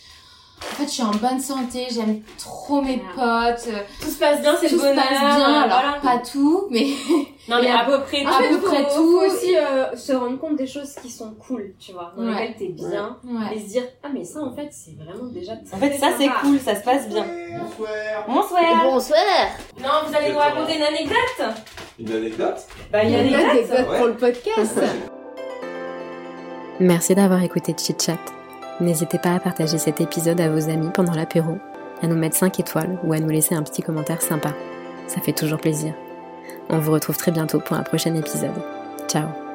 Speaker 3: en fait, je suis en bonne santé, j'aime trop mes potes, euh,
Speaker 5: Tout se passe bien, c'est
Speaker 3: tout
Speaker 5: le
Speaker 3: se passe
Speaker 5: bonheur.
Speaker 3: bien, alors
Speaker 5: voilà.
Speaker 3: pas Ah, tout, mais
Speaker 5: Non, mais
Speaker 3: Et
Speaker 5: à peu près.
Speaker 3: à peu
Speaker 1: faut-
Speaker 3: près
Speaker 1: faut
Speaker 3: tout.
Speaker 1: aussi euh, se rendre compte des choses qui sont cool, tu vois, dans
Speaker 3: Ouais.
Speaker 1: lesquelles t'es bien,
Speaker 3: Ouais.
Speaker 1: et se dire, ah, mais ça, en fait, c'est vraiment déjà.
Speaker 5: En fait, ça c'est
Speaker 3: Ah.
Speaker 5: cool, ça se passe bien.
Speaker 11: Bonsoir.
Speaker 5: Bonsoir.
Speaker 4: Bonsoir
Speaker 5: Non, vous allez nous raconter une anecdote
Speaker 11: Une anecdote
Speaker 5: Bah, il y
Speaker 4: [laughs]
Speaker 5: a des
Speaker 10: Là, t'es bonne
Speaker 11: ouais.
Speaker 10: pour le podcast.
Speaker 7: Merci d'avoir écouté Chit Chat. N'hésitez pas à partager cet épisode à vos amis pendant l'apéro, à nous mettre 5 étoiles ou à nous laisser un petit commentaire sympa. Ça fait toujours plaisir. On vous retrouve très bientôt pour un prochain épisode. Ciao